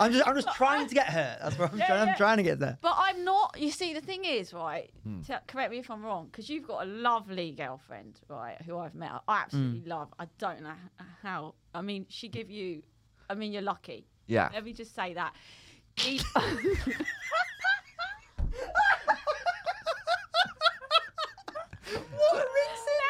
[SPEAKER 1] I'm just I'm just trying to get hurt. That's what I'm
[SPEAKER 5] Yeah,
[SPEAKER 1] trying. I'm
[SPEAKER 5] yeah.
[SPEAKER 1] trying to get there.
[SPEAKER 5] But I'm not. You see, the thing is, right?
[SPEAKER 3] Hmm.
[SPEAKER 5] Te- correct me if I'm wrong, because you've got a lovely girlfriend, right? Who I've met. I absolutely
[SPEAKER 3] Hmm.
[SPEAKER 5] love. I don't know h- how. I mean, she give you. I mean, you're lucky.
[SPEAKER 3] yeah.
[SPEAKER 5] Let me just say that. *laughs* E-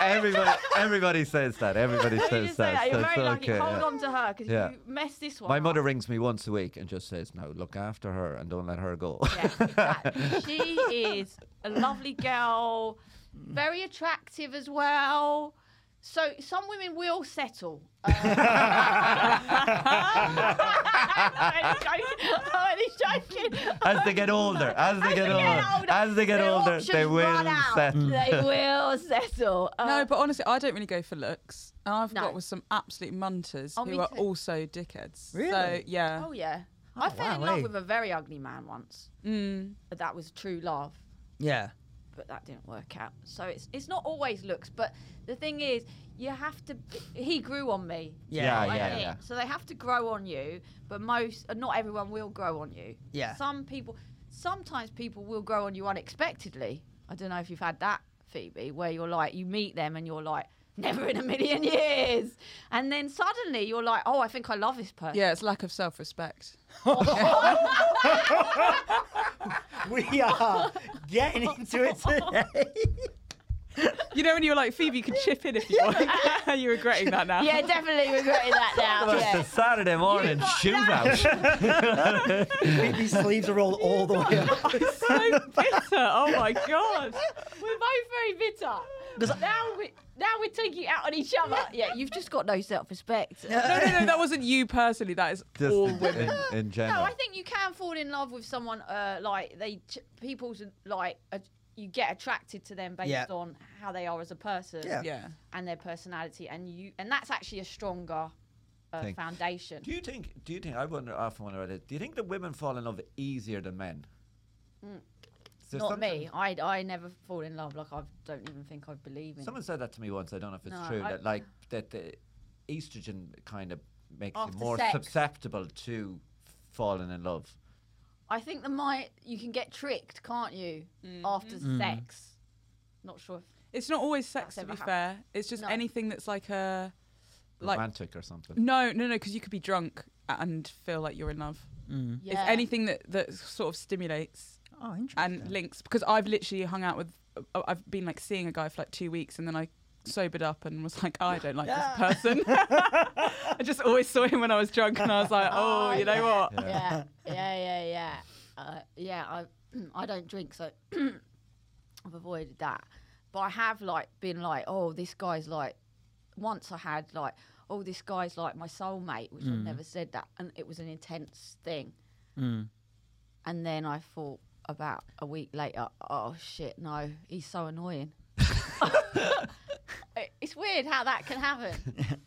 [SPEAKER 3] Everybody, everybody says that. Everybody
[SPEAKER 5] Let me
[SPEAKER 3] says
[SPEAKER 5] just say that.
[SPEAKER 3] so
[SPEAKER 5] You're
[SPEAKER 3] it's
[SPEAKER 5] very lucky.
[SPEAKER 3] okay,
[SPEAKER 5] Hold
[SPEAKER 3] yeah.
[SPEAKER 5] on to her because
[SPEAKER 3] Yeah.
[SPEAKER 5] you mess this one.
[SPEAKER 3] My
[SPEAKER 5] up.
[SPEAKER 3] mother rings me once a week and just says, "No, look after her and don't let her go."
[SPEAKER 5] Yeah, exactly. she is a lovely girl, very attractive as well. So some women will settle. *laughs* Uh, I'm only joking. I'm only joking.
[SPEAKER 3] *laughs* as they get older, as they get older, as they get
[SPEAKER 5] Their
[SPEAKER 3] older,
[SPEAKER 5] options
[SPEAKER 3] they
[SPEAKER 5] run
[SPEAKER 3] will *laughs*
[SPEAKER 5] out.
[SPEAKER 3] settle.
[SPEAKER 5] They will settle. Uh,
[SPEAKER 2] no. But honestly, I don't really go for looks. And I've
[SPEAKER 5] No.
[SPEAKER 2] got with some absolute munters
[SPEAKER 5] Oh, me
[SPEAKER 2] who are
[SPEAKER 5] too.
[SPEAKER 2] also dickheads. So
[SPEAKER 1] Really?
[SPEAKER 2] yeah,
[SPEAKER 5] oh yeah. I fell in
[SPEAKER 1] wow,
[SPEAKER 5] love
[SPEAKER 1] hey.
[SPEAKER 5] with a very ugly man once.
[SPEAKER 2] Mm.
[SPEAKER 5] But that was true love,
[SPEAKER 1] Yeah.
[SPEAKER 5] but that didn't work out. So it's it's not always looks, but the thing is, you have to. He grew on me.
[SPEAKER 1] Yeah.
[SPEAKER 5] I
[SPEAKER 3] Yeah,
[SPEAKER 5] think.
[SPEAKER 3] yeah.
[SPEAKER 5] So they have to grow on you, but most, uh, not everyone will grow on you.
[SPEAKER 1] Yeah.
[SPEAKER 5] Some people, sometimes people will grow on you unexpectedly. I don't know if you've had that, Phoebe, where you're like, you meet them and you're like, never in a million years. And then suddenly you're like, oh, I think I love this person.
[SPEAKER 2] Yeah, it's lack of self-respect.
[SPEAKER 5] *laughs*
[SPEAKER 1] We are getting into it today.
[SPEAKER 2] You know when you were like Phoebe, you could chip in if you want.
[SPEAKER 5] *laughs*
[SPEAKER 2] *laughs* Are you regretting that now?
[SPEAKER 5] Yeah, definitely regretting that now.
[SPEAKER 3] It's a
[SPEAKER 5] yeah.
[SPEAKER 3] Saturday morning
[SPEAKER 5] got
[SPEAKER 3] shootout.
[SPEAKER 1] These sleeves are rolled all the way up.
[SPEAKER 2] so bitter. Oh my god.
[SPEAKER 5] We're both very bitter. Now we now we're taking it out on each other. *laughs* Yeah, you've just got no self
[SPEAKER 1] *laughs*
[SPEAKER 5] respect.
[SPEAKER 2] No, no, no. That wasn't you personally. That is
[SPEAKER 5] *laughs*
[SPEAKER 3] Just
[SPEAKER 2] all
[SPEAKER 3] in-
[SPEAKER 2] women.
[SPEAKER 3] in, in
[SPEAKER 5] No,
[SPEAKER 3] general.
[SPEAKER 5] I think you can fall in love with someone. Uh, like they, ch- people's like uh, you get attracted to them based
[SPEAKER 1] Yeah.
[SPEAKER 5] on how they are as a person
[SPEAKER 1] Yeah.
[SPEAKER 2] Yeah.
[SPEAKER 5] and their personality, and you, and that's actually a stronger uh,
[SPEAKER 3] Thing.
[SPEAKER 5] foundation.
[SPEAKER 3] Do you think? Do you think? I wonder. Often wonder about it. Do you think that women fall in love easier than men? Is there
[SPEAKER 5] Mm. Not
[SPEAKER 3] something-
[SPEAKER 5] me. I, I never fall in love. Like I don't even think I believe in.
[SPEAKER 3] Someone said that to me once. I don't know if it's
[SPEAKER 5] No,
[SPEAKER 3] true.
[SPEAKER 5] I-
[SPEAKER 3] that like that the estrogen kind of makes
[SPEAKER 5] After
[SPEAKER 3] you more
[SPEAKER 5] sex.
[SPEAKER 3] susceptible to falling in love.
[SPEAKER 5] I think the my you can get tricked, can't you? After
[SPEAKER 3] Mm.
[SPEAKER 5] sex. Not sure. If,
[SPEAKER 2] It's not always sex.
[SPEAKER 5] That's
[SPEAKER 2] To be
[SPEAKER 5] never
[SPEAKER 2] fair, it's just
[SPEAKER 5] No.
[SPEAKER 2] anything that's like a like.
[SPEAKER 3] Romantic or something.
[SPEAKER 2] No, no, no. Because you could be drunk and feel like you're in love.
[SPEAKER 5] yeah.
[SPEAKER 2] It's anything that that sort of stimulates
[SPEAKER 1] Oh, interesting.
[SPEAKER 2] and links. Because I've literally hung out with. I- I've been like seeing a guy for like two weeks, and then I sobered up and was like, I don't like this person. *laughs* I just always saw him when I was drunk, and I was like, oh,
[SPEAKER 5] *laughs*
[SPEAKER 2] you know what?
[SPEAKER 5] yeah, yeah, yeah, yeah. Uh, yeah, I *clears throat* I don't drink, so *clears throat* I've avoided that. But I have like been like, oh, this guy's like. Once I had like, oh, this guy's like my soulmate, which I've never said that, and it was an intense thing. And then I thought about a week later, oh shit, no, he's so annoying. *laughs* It- it's weird how that can happen.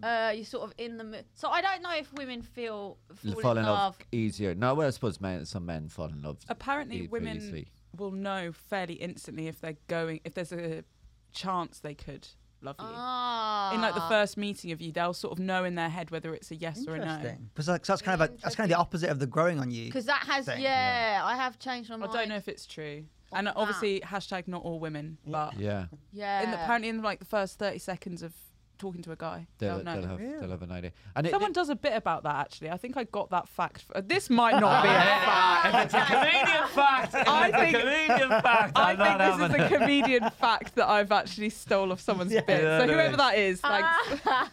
[SPEAKER 5] Uh, you're sort of in the mood. So I don't know if women feel fall,
[SPEAKER 3] fall
[SPEAKER 5] in love
[SPEAKER 3] easier. No, well, I suppose men, some men fall in love.
[SPEAKER 2] Apparently,
[SPEAKER 3] e-
[SPEAKER 2] women
[SPEAKER 3] easily.
[SPEAKER 2] will know fairly instantly if they're going, if there's a chance they could love you.
[SPEAKER 5] Ah.
[SPEAKER 2] in like the first meeting of you, they'll sort of know in their head whether it's a yes or a no.
[SPEAKER 1] Interesting. Because like, so that's kind of a, that's kind of the opposite of the growing on you.
[SPEAKER 5] Because that has,
[SPEAKER 1] thing.
[SPEAKER 5] yeah, I have changed my
[SPEAKER 2] I
[SPEAKER 5] mind.
[SPEAKER 2] don't know if it's true. And
[SPEAKER 5] Fuck
[SPEAKER 2] obviously, hashtag not all women, but
[SPEAKER 3] Yeah,
[SPEAKER 5] Yeah.
[SPEAKER 2] in the,
[SPEAKER 5] *laughs*
[SPEAKER 2] apparently in like the first thirty seconds of talking to a guy,
[SPEAKER 3] they'll,
[SPEAKER 2] they'll know.
[SPEAKER 3] they'll have
[SPEAKER 1] Really?
[SPEAKER 3] they'll have an idea. And it,
[SPEAKER 2] Someone does a bit about that actually. I think I got that fact. f- This might
[SPEAKER 3] *laughs*
[SPEAKER 2] not be a fact.
[SPEAKER 3] it's a comedian *laughs* fact.
[SPEAKER 2] I think-
[SPEAKER 3] comedian fact.
[SPEAKER 2] I think this is a comedian fact that I've actually stole off someone's bit.
[SPEAKER 3] *laughs* Yeah,
[SPEAKER 2] So
[SPEAKER 3] no
[SPEAKER 2] whoever
[SPEAKER 3] way.
[SPEAKER 2] that is,
[SPEAKER 5] Ah.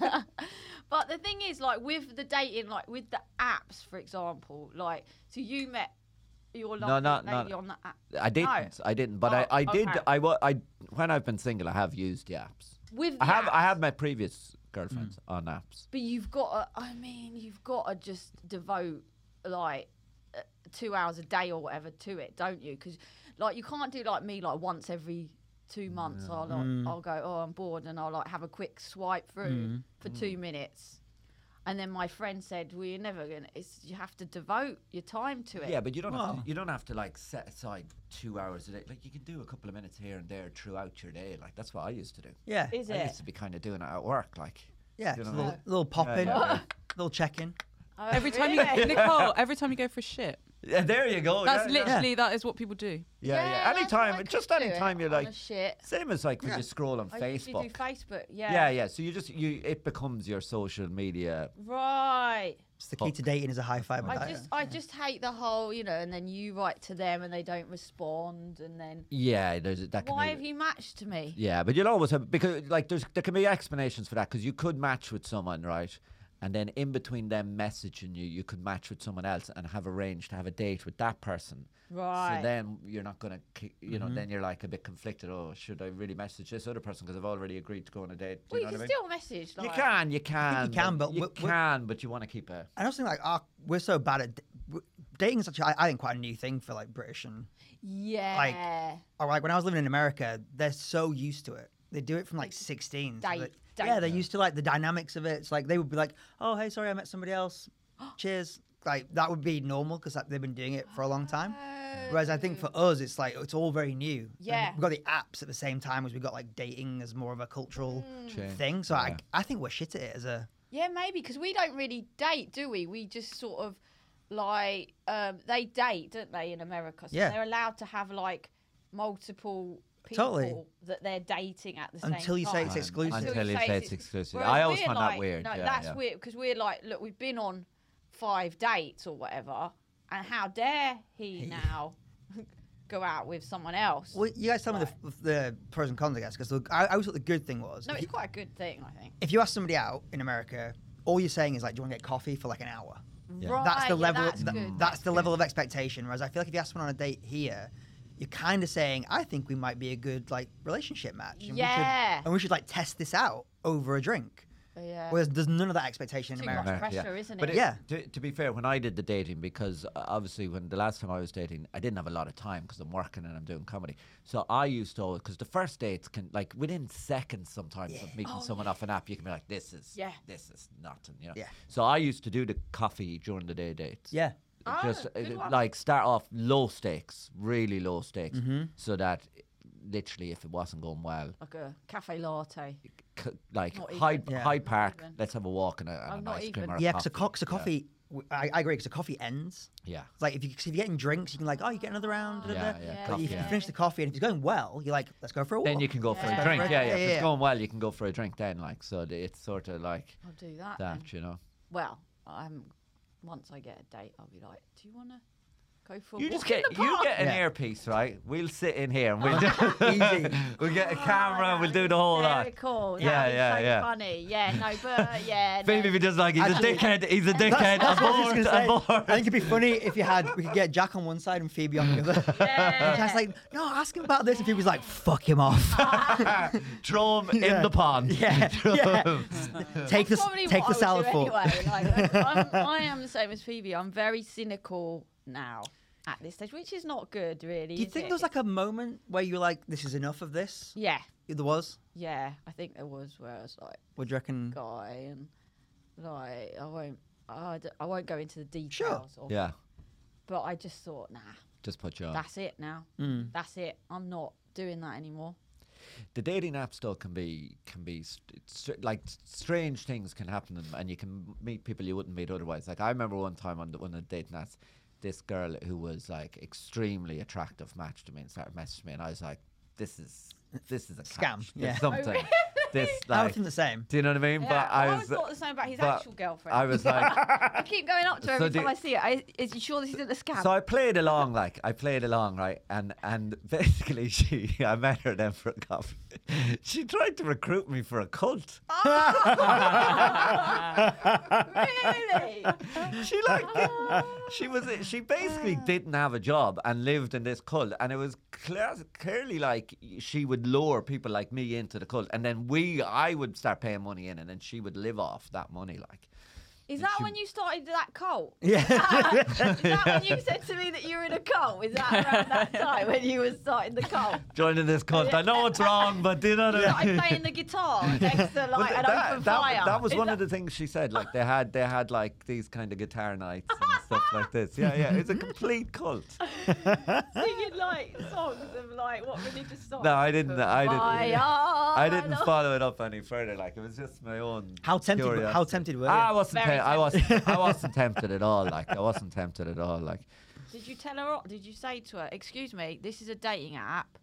[SPEAKER 2] thanks.
[SPEAKER 5] but the thing is, like, with the dating, like, with the apps, for example, like, so you met your
[SPEAKER 3] No,
[SPEAKER 5] love
[SPEAKER 3] not-
[SPEAKER 5] lady
[SPEAKER 3] not-
[SPEAKER 5] on the app.
[SPEAKER 3] I didn't. I didn't. But I,
[SPEAKER 5] Oh,
[SPEAKER 3] I did.
[SPEAKER 5] okay.
[SPEAKER 3] I, wa- I when I've been single, I have used the apps.
[SPEAKER 5] With the
[SPEAKER 3] I have.
[SPEAKER 5] apps.
[SPEAKER 3] I have my previous girlfriends on apps.
[SPEAKER 5] But you've got to, I mean, you've got to just devote, like, uh, two hours a day or whatever to it, don't you? Because, like, you can't do like me, like, once every two months, I'll, like, I'll go, oh, I'm bored, and I'll, like, have a quick swipe through
[SPEAKER 3] Mm.
[SPEAKER 5] for two minutes. And then my friend said, well, you're never going to, you have to devote your time to it.
[SPEAKER 3] Yeah, but you don't have
[SPEAKER 1] Wow.
[SPEAKER 3] to, you don't have to like set aside two hours a day. Like you can do a couple of minutes here and there throughout your day. Like that's what I used to do.
[SPEAKER 1] yeah.
[SPEAKER 5] Is
[SPEAKER 3] I
[SPEAKER 5] it?
[SPEAKER 3] used to be kind of doing it at work. Like
[SPEAKER 1] Yeah.
[SPEAKER 3] you
[SPEAKER 1] Just a
[SPEAKER 3] know,
[SPEAKER 1] little,
[SPEAKER 3] like-
[SPEAKER 1] little pop in,
[SPEAKER 3] yeah, yeah.
[SPEAKER 1] little check in.
[SPEAKER 5] Oh,
[SPEAKER 2] Every
[SPEAKER 5] *laughs*
[SPEAKER 2] time you
[SPEAKER 5] really?
[SPEAKER 2] Nicole, every time you go for a shit,
[SPEAKER 3] yeah, there you go.
[SPEAKER 2] that's
[SPEAKER 3] yeah, yeah.
[SPEAKER 2] literally that is what people do.
[SPEAKER 5] *laughs*
[SPEAKER 3] Yeah, yeah.
[SPEAKER 5] that's what I
[SPEAKER 3] Anytime, just
[SPEAKER 5] could do
[SPEAKER 3] anytime
[SPEAKER 5] it
[SPEAKER 3] you're
[SPEAKER 5] on a
[SPEAKER 3] like,
[SPEAKER 5] shit.
[SPEAKER 3] same as like when you scroll on
[SPEAKER 5] I usually
[SPEAKER 3] Facebook.
[SPEAKER 5] do Facebook, yeah.
[SPEAKER 3] yeah, yeah. So you just you it becomes your social media.
[SPEAKER 5] Right.
[SPEAKER 1] It's the key to dating is a high five.
[SPEAKER 5] I just I just hate the whole, you know, and then you write to them and they don't respond and then
[SPEAKER 3] Yeah, there's that. Can
[SPEAKER 5] why
[SPEAKER 3] be-
[SPEAKER 5] have you matched to me?
[SPEAKER 3] Yeah, but you'll always have because like there's there can be explanations for that because you could match with someone right, and then in between them messaging you, you could match with someone else and have arranged to have a date with that person.
[SPEAKER 5] Right.
[SPEAKER 3] So then you're not gonna, ki- you know, then you're like a bit conflicted. Oh, should I really message this other person because I've already agreed to go on a date? Do
[SPEAKER 5] Well, you,
[SPEAKER 3] you know
[SPEAKER 5] can
[SPEAKER 3] what I mean?
[SPEAKER 5] still message. Like,
[SPEAKER 3] you can, you
[SPEAKER 1] I
[SPEAKER 3] can,
[SPEAKER 1] think you can, but
[SPEAKER 3] you
[SPEAKER 1] w- w-
[SPEAKER 3] can, but you want to keep a.
[SPEAKER 1] And I was thinking, like, our, we're so bad at d- w- dating. Such, I, I think, quite a new thing for like British and
[SPEAKER 5] Yeah.
[SPEAKER 1] or, like when I was living in America, they're so used to it. They do it from like 16. so
[SPEAKER 5] Date-
[SPEAKER 1] like-
[SPEAKER 5] date. *gasps*
[SPEAKER 1] yeah, they're used to like the dynamics of it. It's like they would be like, "Oh, hey, sorry, I met somebody else. Cheers." like that would be normal because like, they've been doing it for a long time.
[SPEAKER 5] Uh,
[SPEAKER 1] Whereas I think for us, it's like it's all very new. And
[SPEAKER 5] Yeah.
[SPEAKER 1] we got the apps at the same time as we got like dating as more of a cultural
[SPEAKER 5] Mm.
[SPEAKER 3] Change,
[SPEAKER 1] thing. So
[SPEAKER 3] yeah.
[SPEAKER 1] I, I think we're shit at it as a.
[SPEAKER 5] Yeah, maybe because we don't really date, do we? We just sort of like um, they date, don't they, in America? So
[SPEAKER 1] Yeah.
[SPEAKER 5] they're allowed to have like multiple people
[SPEAKER 1] Totally.
[SPEAKER 5] that they're dating at the same
[SPEAKER 1] Until you say
[SPEAKER 5] time.
[SPEAKER 1] it's
[SPEAKER 3] Um,
[SPEAKER 1] exclusive.
[SPEAKER 3] Until you
[SPEAKER 5] Whereas
[SPEAKER 3] say it's
[SPEAKER 5] it's-
[SPEAKER 3] exclusive.
[SPEAKER 5] Whereas
[SPEAKER 3] I always
[SPEAKER 5] we're
[SPEAKER 3] find
[SPEAKER 5] like,
[SPEAKER 3] that weird.
[SPEAKER 5] No,
[SPEAKER 3] yeah,
[SPEAKER 5] that's
[SPEAKER 3] yeah.
[SPEAKER 5] weird because we're like, look, we've been on five dates or whatever, and how dare he now *laughs* go out with someone else?
[SPEAKER 1] Well, you guys tell me the, the pros and cons, I guess, because I, I always thought the good thing was
[SPEAKER 5] no,
[SPEAKER 1] if,
[SPEAKER 5] it's
[SPEAKER 1] you,
[SPEAKER 5] quite a good thing, I think.
[SPEAKER 1] if you ask somebody out in America, all you're saying is like, "Do you want to get coffee for like an hour?"
[SPEAKER 3] Yeah.
[SPEAKER 5] Right,
[SPEAKER 1] that's the
[SPEAKER 5] yeah,
[SPEAKER 1] level.
[SPEAKER 5] That's,
[SPEAKER 1] tha-
[SPEAKER 5] good.
[SPEAKER 1] that's the level of expectation. Whereas I feel like if you ask someone on a date here, you're kind of saying, "I think we might be a good like relationship match." And We
[SPEAKER 5] Yeah.
[SPEAKER 1] should, and we should like test this out over a drink.
[SPEAKER 5] Yeah.
[SPEAKER 1] Whereas there's none of that expectation in
[SPEAKER 5] Too
[SPEAKER 1] America.
[SPEAKER 5] much
[SPEAKER 3] America, yeah.
[SPEAKER 5] pressure, isn't it?
[SPEAKER 3] But it-
[SPEAKER 1] Yeah.
[SPEAKER 3] to, to be fair, when I did the dating, because uh, obviously when the last time I was dating, I didn't have a lot of time because I'm working and I'm doing comedy. So I used to because the first dates can like within seconds sometimes of meeting someone off an app, you can be like, this is
[SPEAKER 5] Oh, Yeah.
[SPEAKER 3] this is nothing, you know.
[SPEAKER 1] Yeah.
[SPEAKER 3] So I used to do the coffee during the day dates.
[SPEAKER 1] Yeah.
[SPEAKER 5] Ah,
[SPEAKER 3] just uh,
[SPEAKER 5] good one.
[SPEAKER 3] like start off low stakes, really low stakes,
[SPEAKER 1] Mm-hmm.
[SPEAKER 3] so that literally if it wasn't going well,
[SPEAKER 5] like a cafe latte.
[SPEAKER 3] c- like
[SPEAKER 5] Not even.
[SPEAKER 3] Hyde,
[SPEAKER 1] Yeah.
[SPEAKER 3] Hyde Park,
[SPEAKER 5] even.
[SPEAKER 3] let's have a walk and a, and
[SPEAKER 5] Oh,
[SPEAKER 3] an
[SPEAKER 5] not
[SPEAKER 3] ice cream
[SPEAKER 5] even.
[SPEAKER 3] or a
[SPEAKER 1] Yeah, because
[SPEAKER 3] coffee.
[SPEAKER 1] a, co- 'cause a coffee. w I I I, agree, because a coffee ends.
[SPEAKER 3] Yeah.
[SPEAKER 1] It's like if, you, 'cause if you're getting drinks, you can like, oh, you get another round. da, da,
[SPEAKER 3] Yeah,
[SPEAKER 1] da."
[SPEAKER 3] yeah,
[SPEAKER 1] But
[SPEAKER 3] coffee,
[SPEAKER 1] if you
[SPEAKER 3] yeah.
[SPEAKER 1] finish the coffee and if it's going well, you're like, let's go for a walk.
[SPEAKER 3] Then you can go for
[SPEAKER 5] Yeah.
[SPEAKER 3] a drink. Yeah, yeah. If
[SPEAKER 1] Yeah.
[SPEAKER 3] it's going well, you can go for a drink then. Like, so th- it's sort of like
[SPEAKER 5] I'll do that. then.
[SPEAKER 3] that, you know.
[SPEAKER 5] Well, I'm once I get a date, I'll be like, "Do you want to go for a
[SPEAKER 3] You
[SPEAKER 5] walk
[SPEAKER 3] just get
[SPEAKER 5] in the
[SPEAKER 3] you
[SPEAKER 5] park?"
[SPEAKER 3] get an
[SPEAKER 1] Yeah.
[SPEAKER 3] earpiece, right? We'll sit in here and *laughs* we'll do,
[SPEAKER 1] Easy.
[SPEAKER 3] we'll
[SPEAKER 1] Oh
[SPEAKER 3] get a camera. We'll do the whole lot.
[SPEAKER 5] Very cool. That'd
[SPEAKER 3] Yeah,
[SPEAKER 5] be
[SPEAKER 3] yeah,
[SPEAKER 5] so
[SPEAKER 3] yeah.
[SPEAKER 5] Funny. Yeah. No,
[SPEAKER 3] *laughs*
[SPEAKER 5] but uh, yeah.
[SPEAKER 3] Phoebe
[SPEAKER 5] no.
[SPEAKER 3] would be just like he's
[SPEAKER 1] Actually-
[SPEAKER 3] a dickhead. He's
[SPEAKER 1] *laughs*
[SPEAKER 3] a
[SPEAKER 1] That's,
[SPEAKER 3] dickhead.
[SPEAKER 1] that's what I was
[SPEAKER 3] abort,
[SPEAKER 1] just gonna say.
[SPEAKER 3] abort.
[SPEAKER 1] I think it'd be funny if you had we could get Jack on one side and Phoebe on the other.
[SPEAKER 5] *laughs* Yeah.
[SPEAKER 1] Jack's like, no, ask him about this, and Phoebe's like, fuck him off. *laughs*
[SPEAKER 3] *laughs* Throw him
[SPEAKER 1] Yeah.
[SPEAKER 3] in the pond.
[SPEAKER 1] yeah,
[SPEAKER 3] *laughs* Throw
[SPEAKER 1] yeah.
[SPEAKER 3] him.
[SPEAKER 1] *laughs* take
[SPEAKER 5] *laughs* That's
[SPEAKER 1] the
[SPEAKER 5] probably
[SPEAKER 1] take the
[SPEAKER 5] what I would
[SPEAKER 1] salad
[SPEAKER 5] do
[SPEAKER 1] fork.
[SPEAKER 5] Anyway, like, I'm,
[SPEAKER 3] *laughs*
[SPEAKER 5] I'm- I am the same as Phoebe. I'm very cynical now at this stage, which is not good, really.
[SPEAKER 1] Do you
[SPEAKER 5] is
[SPEAKER 1] think
[SPEAKER 5] it?
[SPEAKER 1] there was like a moment where you were like, this is enough of this?
[SPEAKER 5] Yeah,
[SPEAKER 1] There was.
[SPEAKER 5] yeah. I think there was where I was like,
[SPEAKER 1] What do you
[SPEAKER 3] Mm.
[SPEAKER 1] reckon?
[SPEAKER 5] guy, and like, I won't, I, d- I won't go into the details. Of,
[SPEAKER 3] Yeah,
[SPEAKER 5] But I just thought, nah,
[SPEAKER 3] just put you on.
[SPEAKER 5] that's it now.
[SPEAKER 3] Mm.
[SPEAKER 5] That's it. I'm not doing that anymore.
[SPEAKER 3] the dating apps though can be can be st- st- like s- strange things can happen and, and you can m- meet people you wouldn't meet otherwise. Like I remember one time on the, one of the dating apps, this girl who was like extremely attractive matched to me and started messaging me, and I was like, "This is this is a
[SPEAKER 1] Scam,
[SPEAKER 3] catch.
[SPEAKER 1] yeah.
[SPEAKER 3] There's something. this
[SPEAKER 1] I
[SPEAKER 3] like,
[SPEAKER 1] was in the same. *laughs*
[SPEAKER 3] do you know what I mean?
[SPEAKER 5] Yeah.
[SPEAKER 3] But I
[SPEAKER 5] always
[SPEAKER 3] was
[SPEAKER 5] thought the same about his
[SPEAKER 3] but
[SPEAKER 5] actual girlfriend. *laughs*
[SPEAKER 3] I was like.
[SPEAKER 5] I keep going up to her
[SPEAKER 3] So
[SPEAKER 5] every
[SPEAKER 3] do-
[SPEAKER 5] time I see it. I, is you sure this isn't a scam?
[SPEAKER 3] So I played along, like I played along, right? And and basically, *laughs* she I met her then for a coffee. *laughs* She tried to recruit me for a cult.
[SPEAKER 5] *laughs* really?
[SPEAKER 3] She like didn't- *laughs* she was eh, she basically didn't have a job and lived in this cult, and it was clear, clearly like she would lure people like me into the cult, and then we I would start paying money in, and then she would live off that money, like.
[SPEAKER 5] Is that
[SPEAKER 3] she-
[SPEAKER 5] when you started that
[SPEAKER 3] *laughs*
[SPEAKER 5] cult? *laughs*
[SPEAKER 1] Yeah.
[SPEAKER 5] is that when you said to me that you were in a cult? Is that around that time when you were starting the cult?
[SPEAKER 3] Joining this cult, I know it's wrong, but do you know what *laughs* I
[SPEAKER 5] *laughs*
[SPEAKER 3] mean?
[SPEAKER 5] Started playing the guitar next to
[SPEAKER 3] Well,
[SPEAKER 5] like an
[SPEAKER 3] th- that,
[SPEAKER 5] open
[SPEAKER 3] that-
[SPEAKER 5] fire.
[SPEAKER 3] that was
[SPEAKER 5] Is
[SPEAKER 3] one of the things she said. Like they had they had like these kind of guitar nights and stuff like this. Yeah, yeah. It's a complete cult.
[SPEAKER 5] that singing like songs of like what religious songs?
[SPEAKER 3] No, I didn't. I
[SPEAKER 5] My
[SPEAKER 3] didn't.
[SPEAKER 5] Oh,
[SPEAKER 3] I didn't
[SPEAKER 5] idol.
[SPEAKER 3] follow it up any further. Like it was just my own.
[SPEAKER 1] How tempted- how
[SPEAKER 3] curiosity. Ah,
[SPEAKER 1] tempted were
[SPEAKER 3] I
[SPEAKER 1] you?
[SPEAKER 3] wasn't. Te-
[SPEAKER 5] Very
[SPEAKER 3] I wasn't.
[SPEAKER 5] *laughs*
[SPEAKER 3] I wasn't tempted at all. Like I wasn't tempted at all. Like
[SPEAKER 5] Did you tell her? Did you say to her, "Excuse me, this is a dating app.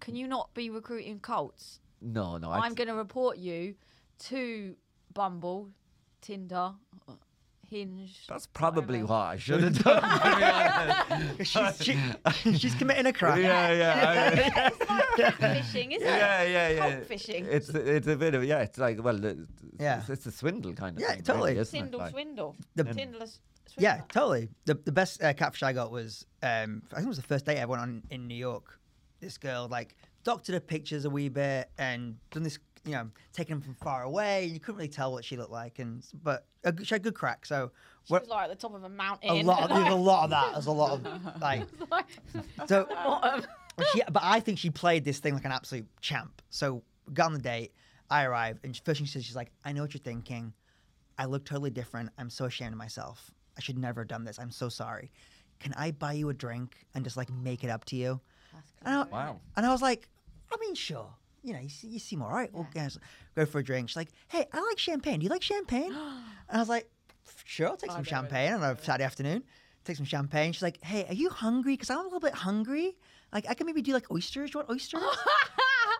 [SPEAKER 5] Can you not be recruiting cults?
[SPEAKER 3] no, no. I
[SPEAKER 5] Oh, I'm going to report you to Bumble, Tinder, uh, Hinge."
[SPEAKER 3] that's probably
[SPEAKER 5] whatever.
[SPEAKER 3] what I
[SPEAKER 5] *laughs*
[SPEAKER 3] should have done. to be honest.
[SPEAKER 1] she's, she, she's committing a crime.
[SPEAKER 3] yeah,
[SPEAKER 5] *laughs*
[SPEAKER 3] yeah. I-
[SPEAKER 1] *laughs*
[SPEAKER 5] it's like fishing, isn't
[SPEAKER 3] *laughs*
[SPEAKER 5] it?
[SPEAKER 3] Yeah, yeah, yeah.
[SPEAKER 5] Cult fishing.
[SPEAKER 3] It's it's a bit of yeah. It's like well, it's,
[SPEAKER 1] Yeah.
[SPEAKER 3] it's, it's a swindle kind of
[SPEAKER 1] Yeah,
[SPEAKER 3] thing. really,
[SPEAKER 1] totally.
[SPEAKER 3] isn't it?
[SPEAKER 5] Tindle
[SPEAKER 3] Like-
[SPEAKER 5] swindle.
[SPEAKER 1] The-
[SPEAKER 5] Tindler s-
[SPEAKER 1] Yeah,
[SPEAKER 5] swindler.
[SPEAKER 1] totally. The the best uh, catfish I got was um, I think it was the first date I went on in New York. This girl like doctored her pictures a wee bit and done this, you know, taking them from far away. You couldn't really tell what she looked like, and but a good- she had good crack. So
[SPEAKER 5] She was like at the top of a mountain.
[SPEAKER 1] a lot, of, there's
[SPEAKER 5] *laughs*
[SPEAKER 1] a lot of that. There's a lot of like *laughs*
[SPEAKER 5] like,
[SPEAKER 1] so.
[SPEAKER 5] bottom.
[SPEAKER 1] But *laughs* she, but I think she played this thing like an absolute champ. So we got on the date. I arrived, and first thing she says, she's like, "I know what you're thinking. I look totally different. I'm so ashamed of myself." I should never have done this. I'm so sorry. Can I buy you a drink and just like make it up to you? And I,
[SPEAKER 3] Wow.
[SPEAKER 1] And I was like, I mean, sure. You know, you, se- you seem all right. We'll guys, go for a drink. She's like, hey, I like champagne. Do you like champagne? and I was like, sure, I'll take some champagne on a Saturday afternoon. Take some champagne. She's like, hey, are you hungry? Because I'm a little bit hungry. Like, I can maybe do like oysters. Do you want oysters?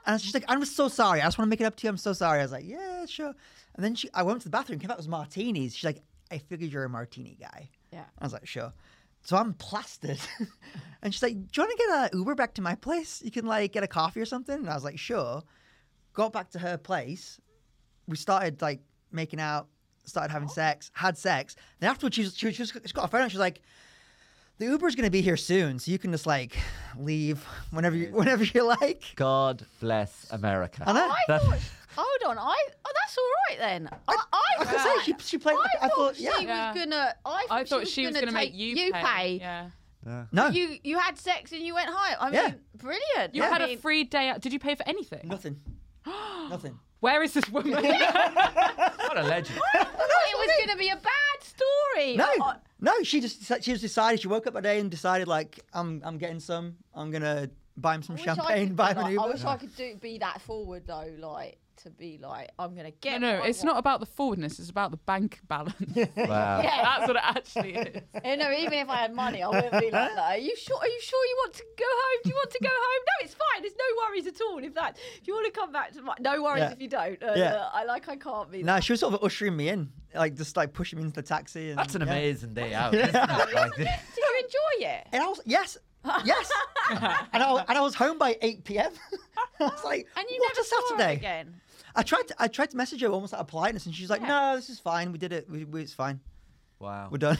[SPEAKER 1] and she's like, I'm so sorry. I just want to make it up to you. I'm so sorry. I was like, yeah, sure. And then she, I went to the bathroom, came out with martinis. She's like, I figured you're a martini guy.
[SPEAKER 5] Yeah.
[SPEAKER 1] I was like, sure. So I'm plastered. *laughs* and she's like, Do you want to get a Uber back to my place? You can like get a coffee or something. And I was like, sure. Got back to her place. We started like making out, started having sex, had sex. Then afterwards, she, was, she, was, she, was, she got a phone and she's like, the Uber's gonna be here soon, so you can just like leave whenever you whenever you like.
[SPEAKER 3] God bless America.
[SPEAKER 1] And I,
[SPEAKER 5] I
[SPEAKER 3] That-
[SPEAKER 5] thought, hold on, I oh that's all right then. I, I,
[SPEAKER 1] I was gonna say she, she played.
[SPEAKER 5] I
[SPEAKER 1] I, thought, yeah,
[SPEAKER 5] she
[SPEAKER 2] Yeah.
[SPEAKER 5] was gonna. I thought,
[SPEAKER 2] I thought she was going to make
[SPEAKER 5] take-
[SPEAKER 2] you,
[SPEAKER 5] you pay.
[SPEAKER 2] Yeah.
[SPEAKER 3] Yeah.
[SPEAKER 1] no,
[SPEAKER 5] You you had sex and you went home. I mean,
[SPEAKER 1] Yeah.
[SPEAKER 5] brilliant.
[SPEAKER 2] You
[SPEAKER 5] I
[SPEAKER 2] had
[SPEAKER 5] mean,
[SPEAKER 2] a free day out. Did you pay for anything?
[SPEAKER 5] *gasps*
[SPEAKER 1] nothing, nothing.
[SPEAKER 2] Where is this
[SPEAKER 5] *laughs*
[SPEAKER 2] woman?
[SPEAKER 3] What
[SPEAKER 1] *laughs*
[SPEAKER 3] a legend.
[SPEAKER 5] I thought it was gonna be a bad story.
[SPEAKER 1] No,
[SPEAKER 5] I-
[SPEAKER 1] no. She just deci- she just decided. She woke up one day and decided like I'm I'm getting some. I'm gonna buy him some
[SPEAKER 5] I wish I
[SPEAKER 1] champagne.
[SPEAKER 5] could
[SPEAKER 1] Buy
[SPEAKER 5] be
[SPEAKER 1] him an
[SPEAKER 5] like-
[SPEAKER 1] Uber.
[SPEAKER 5] I wish I could do be that forward though, like to be like I'm gonna
[SPEAKER 2] no,
[SPEAKER 5] get.
[SPEAKER 2] no,
[SPEAKER 5] what I
[SPEAKER 2] it's
[SPEAKER 5] want.
[SPEAKER 2] not about the forwardness. It's about the bank balance.
[SPEAKER 3] Wow.
[SPEAKER 5] Yeah.
[SPEAKER 2] *laughs* That's what it actually is.
[SPEAKER 5] You know, even if I had money, I wouldn't be like that. Are you sure? Are you sure you want to go home? Do you want to go home? No, it's fine. There's no worries at all. If that, if you want to come back to my, no worries
[SPEAKER 1] Yeah.
[SPEAKER 5] if you don't. Uh,
[SPEAKER 1] Yeah.
[SPEAKER 5] uh, I like, I can't be.
[SPEAKER 1] no, she was sort of ushering me in, like just like pushing me into the taxi. And,
[SPEAKER 3] That's an
[SPEAKER 1] yeah.
[SPEAKER 3] amazing day out. Isn't it? Like this.
[SPEAKER 5] *laughs* Did you enjoy it? *laughs*
[SPEAKER 1] And I was yes, *laughs* yes. and I was, and I was home by eight p.m. *laughs* I was like,
[SPEAKER 5] And you
[SPEAKER 1] what
[SPEAKER 5] never
[SPEAKER 1] a Saturday.
[SPEAKER 5] saw her again.
[SPEAKER 1] I tried to I tried to message her almost out of politeness, and she's like,
[SPEAKER 5] Yeah.
[SPEAKER 1] no, this is fine. We did it. We, we, it's fine.
[SPEAKER 3] Wow.
[SPEAKER 1] We're done.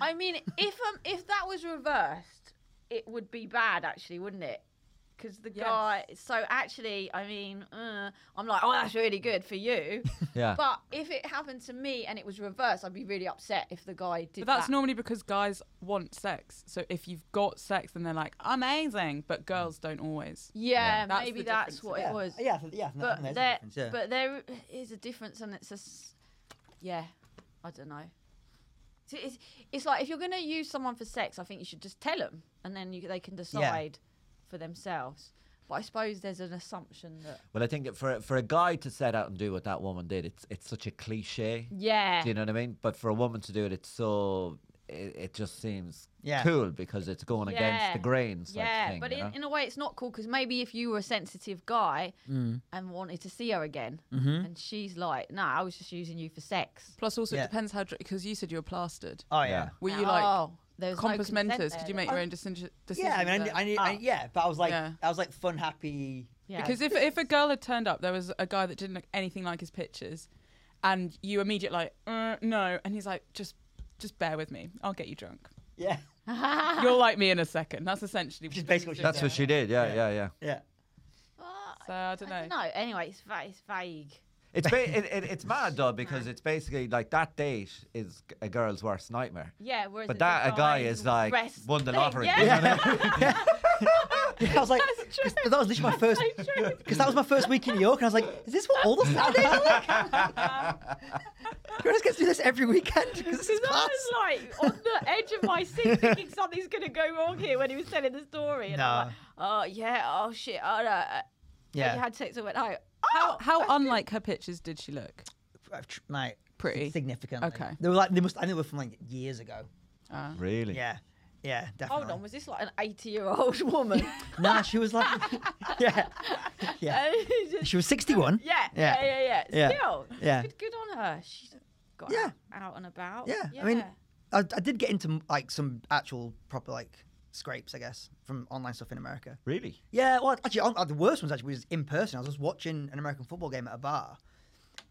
[SPEAKER 5] I mean, if um, if that was reversed, it would be bad, actually, wouldn't it? Because the
[SPEAKER 2] Yes.
[SPEAKER 5] guy. So actually, I mean, uh, I'm like, oh, that's really good for you.
[SPEAKER 3] Yeah.
[SPEAKER 5] but if it happened to me and it was reversed, I'd be really upset if the guy did.
[SPEAKER 2] But that's
[SPEAKER 5] that.
[SPEAKER 2] normally because guys want sex. So if you've got sex, then they're like, amazing. But girls don't always.
[SPEAKER 5] Yeah,
[SPEAKER 2] That's
[SPEAKER 5] maybe
[SPEAKER 2] the
[SPEAKER 5] that's
[SPEAKER 2] difference.
[SPEAKER 5] what
[SPEAKER 1] yeah.
[SPEAKER 5] it was.
[SPEAKER 1] Yeah, I think- yeah. I think
[SPEAKER 5] but
[SPEAKER 1] there's a
[SPEAKER 5] there,
[SPEAKER 1] difference, yeah.
[SPEAKER 5] but there is a difference, and it's a, s- yeah, I don't know. So It's, it's like if you're going to use someone for sex, I think you should just tell them, and then you, they can decide for themselves. But I suppose there's an assumption that
[SPEAKER 3] Well, I think for for a guy to set out and do what that woman did, it's it's such a cliche.
[SPEAKER 5] yeah,
[SPEAKER 3] Do you know what I mean? But for a woman to do it, it's so it, it just seems
[SPEAKER 1] Yeah.
[SPEAKER 3] cool because it's going against
[SPEAKER 5] Yeah.
[SPEAKER 3] the grains.
[SPEAKER 5] yeah.
[SPEAKER 3] thing,
[SPEAKER 5] but
[SPEAKER 3] you
[SPEAKER 5] in,
[SPEAKER 3] know?
[SPEAKER 5] in a way, it's not cool because maybe if you were a sensitive guy
[SPEAKER 2] Mm.
[SPEAKER 5] and wanted to see her again,
[SPEAKER 2] Mm-hmm.
[SPEAKER 5] and she's like, "No, I was just using you for sex."
[SPEAKER 2] Plus, also,
[SPEAKER 1] Yeah.
[SPEAKER 2] it depends how, because you said you were plastered.
[SPEAKER 1] oh
[SPEAKER 3] Yeah.
[SPEAKER 1] yeah.
[SPEAKER 2] Were you like
[SPEAKER 5] Oh, there was no
[SPEAKER 2] compass
[SPEAKER 5] consent
[SPEAKER 2] mentors?
[SPEAKER 5] there
[SPEAKER 2] Could you
[SPEAKER 5] then.
[SPEAKER 2] make your own decision?
[SPEAKER 1] Yeah, I mean, I, knew- I, knew, I,
[SPEAKER 5] Ah.
[SPEAKER 1] yeah, but I was like,
[SPEAKER 2] Yeah.
[SPEAKER 1] I was like fun, happy.
[SPEAKER 5] Yeah.
[SPEAKER 2] Because if if a girl had turned up, there was a guy that didn't look anything like his pictures, and you immediately like, uh, no, and he's like, just just bear with me, I'll get you drunk.
[SPEAKER 1] Yeah,
[SPEAKER 2] You'll like me in a second. That's essentially
[SPEAKER 1] Which is basically what she
[SPEAKER 3] That's
[SPEAKER 1] Yeah.
[SPEAKER 3] what she did. Yeah,
[SPEAKER 1] Yeah.
[SPEAKER 3] yeah, yeah.
[SPEAKER 1] yeah.
[SPEAKER 5] Well,
[SPEAKER 2] So I don't know.
[SPEAKER 5] Anyway, it's, va- it's vague.
[SPEAKER 3] It's ba- it, it,
[SPEAKER 5] *laughs*
[SPEAKER 3] it's mad though because it's basically like that date is g- a girl's worst nightmare.
[SPEAKER 5] Yeah, whereas
[SPEAKER 3] But
[SPEAKER 5] the
[SPEAKER 3] that a guy
[SPEAKER 5] guy's
[SPEAKER 3] is like
[SPEAKER 5] rest
[SPEAKER 3] won the
[SPEAKER 5] thing,
[SPEAKER 3] lottery.
[SPEAKER 5] Yeah.
[SPEAKER 3] you know what I mean?
[SPEAKER 1] *laughs*
[SPEAKER 3] *laughs*
[SPEAKER 5] *laughs*
[SPEAKER 1] I was like, 'cause that was literally my first, *laughs* because that was my first week in New York, and I was like, is this what all the Saturdays are *laughs* like? *laughs* Chris gets to do this every weekend because this is
[SPEAKER 5] Because
[SPEAKER 1] class.
[SPEAKER 5] I was like on the edge of my
[SPEAKER 1] *laughs*
[SPEAKER 5] seat, thinking something's gonna go wrong here when he was telling the story, and I'm
[SPEAKER 1] No.
[SPEAKER 5] like, oh yeah, oh shit, oh no, uh,
[SPEAKER 1] Yeah,
[SPEAKER 5] you had sex and went
[SPEAKER 1] *gasps*
[SPEAKER 5] home.
[SPEAKER 2] How
[SPEAKER 5] Oh,
[SPEAKER 2] how unlike her pictures did she look?
[SPEAKER 1] I've tr- mate,
[SPEAKER 2] Pretty.
[SPEAKER 1] significantly.
[SPEAKER 2] Okay.
[SPEAKER 1] they were like they must. I think they were from like years ago.
[SPEAKER 2] Uh,
[SPEAKER 3] Really?
[SPEAKER 1] Yeah, yeah, definitely.
[SPEAKER 5] hold on, was this like an 80 year old *laughs* woman?
[SPEAKER 1] *laughs* Nah, she was like, *laughs* yeah, yeah.
[SPEAKER 5] And he just-
[SPEAKER 1] She was sixty-one.
[SPEAKER 5] yeah, yeah,
[SPEAKER 1] Um, *laughs* Yeah.
[SPEAKER 5] yeah, yeah,
[SPEAKER 1] Yeah.
[SPEAKER 5] Still,
[SPEAKER 1] Yeah.
[SPEAKER 5] Good, good on her. She got
[SPEAKER 1] Yeah.
[SPEAKER 5] out, out and about.
[SPEAKER 1] Yeah, I mean, I, I did get into like some actual proper like scrapes, I guess, from online stuff in America.
[SPEAKER 3] Really?
[SPEAKER 1] Yeah, well, actually, on, uh, the worst ones actually was in person. I was just watching an American football game at a bar,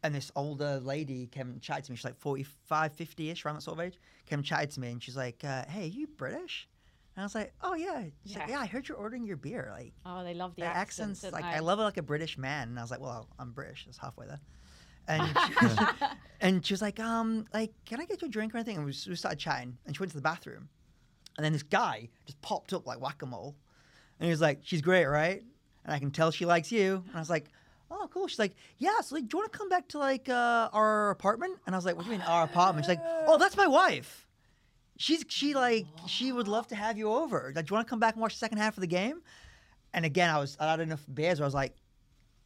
[SPEAKER 1] and this older lady came and chatted to me. She's like 45, 50 ish, around that sort of age. Came and chatted to me, and she's like, uh, "Hey, are you British?" And I was like, "Oh yeah." She's like,
[SPEAKER 5] Yeah.
[SPEAKER 1] "Yeah, I heard you're ordering your beer. Like
[SPEAKER 5] oh, they love the
[SPEAKER 1] the
[SPEAKER 5] accents.
[SPEAKER 1] accents,
[SPEAKER 5] don't
[SPEAKER 1] like
[SPEAKER 5] they?
[SPEAKER 1] I love it like a British man." And I was like, "Well, I'm British. It's halfway there." And she, and she was like, "Um, like, can I get you a drink or anything?" And we, s- we started chatting, and she went to the bathroom, and then this guy just popped up like whack a mole. And he was like, She's great, right? And I can tell she likes you. And I was like, Oh, cool. She's like, Yeah, so like, do you want to come back to like uh, our apartment? And I was like, What do you mean, our apartment? She's like, Oh, that's my wife. She's she like she would love to have you over. Like, do you want to come back and watch the second half of the game? And again, I was I had enough beers. Where I was like,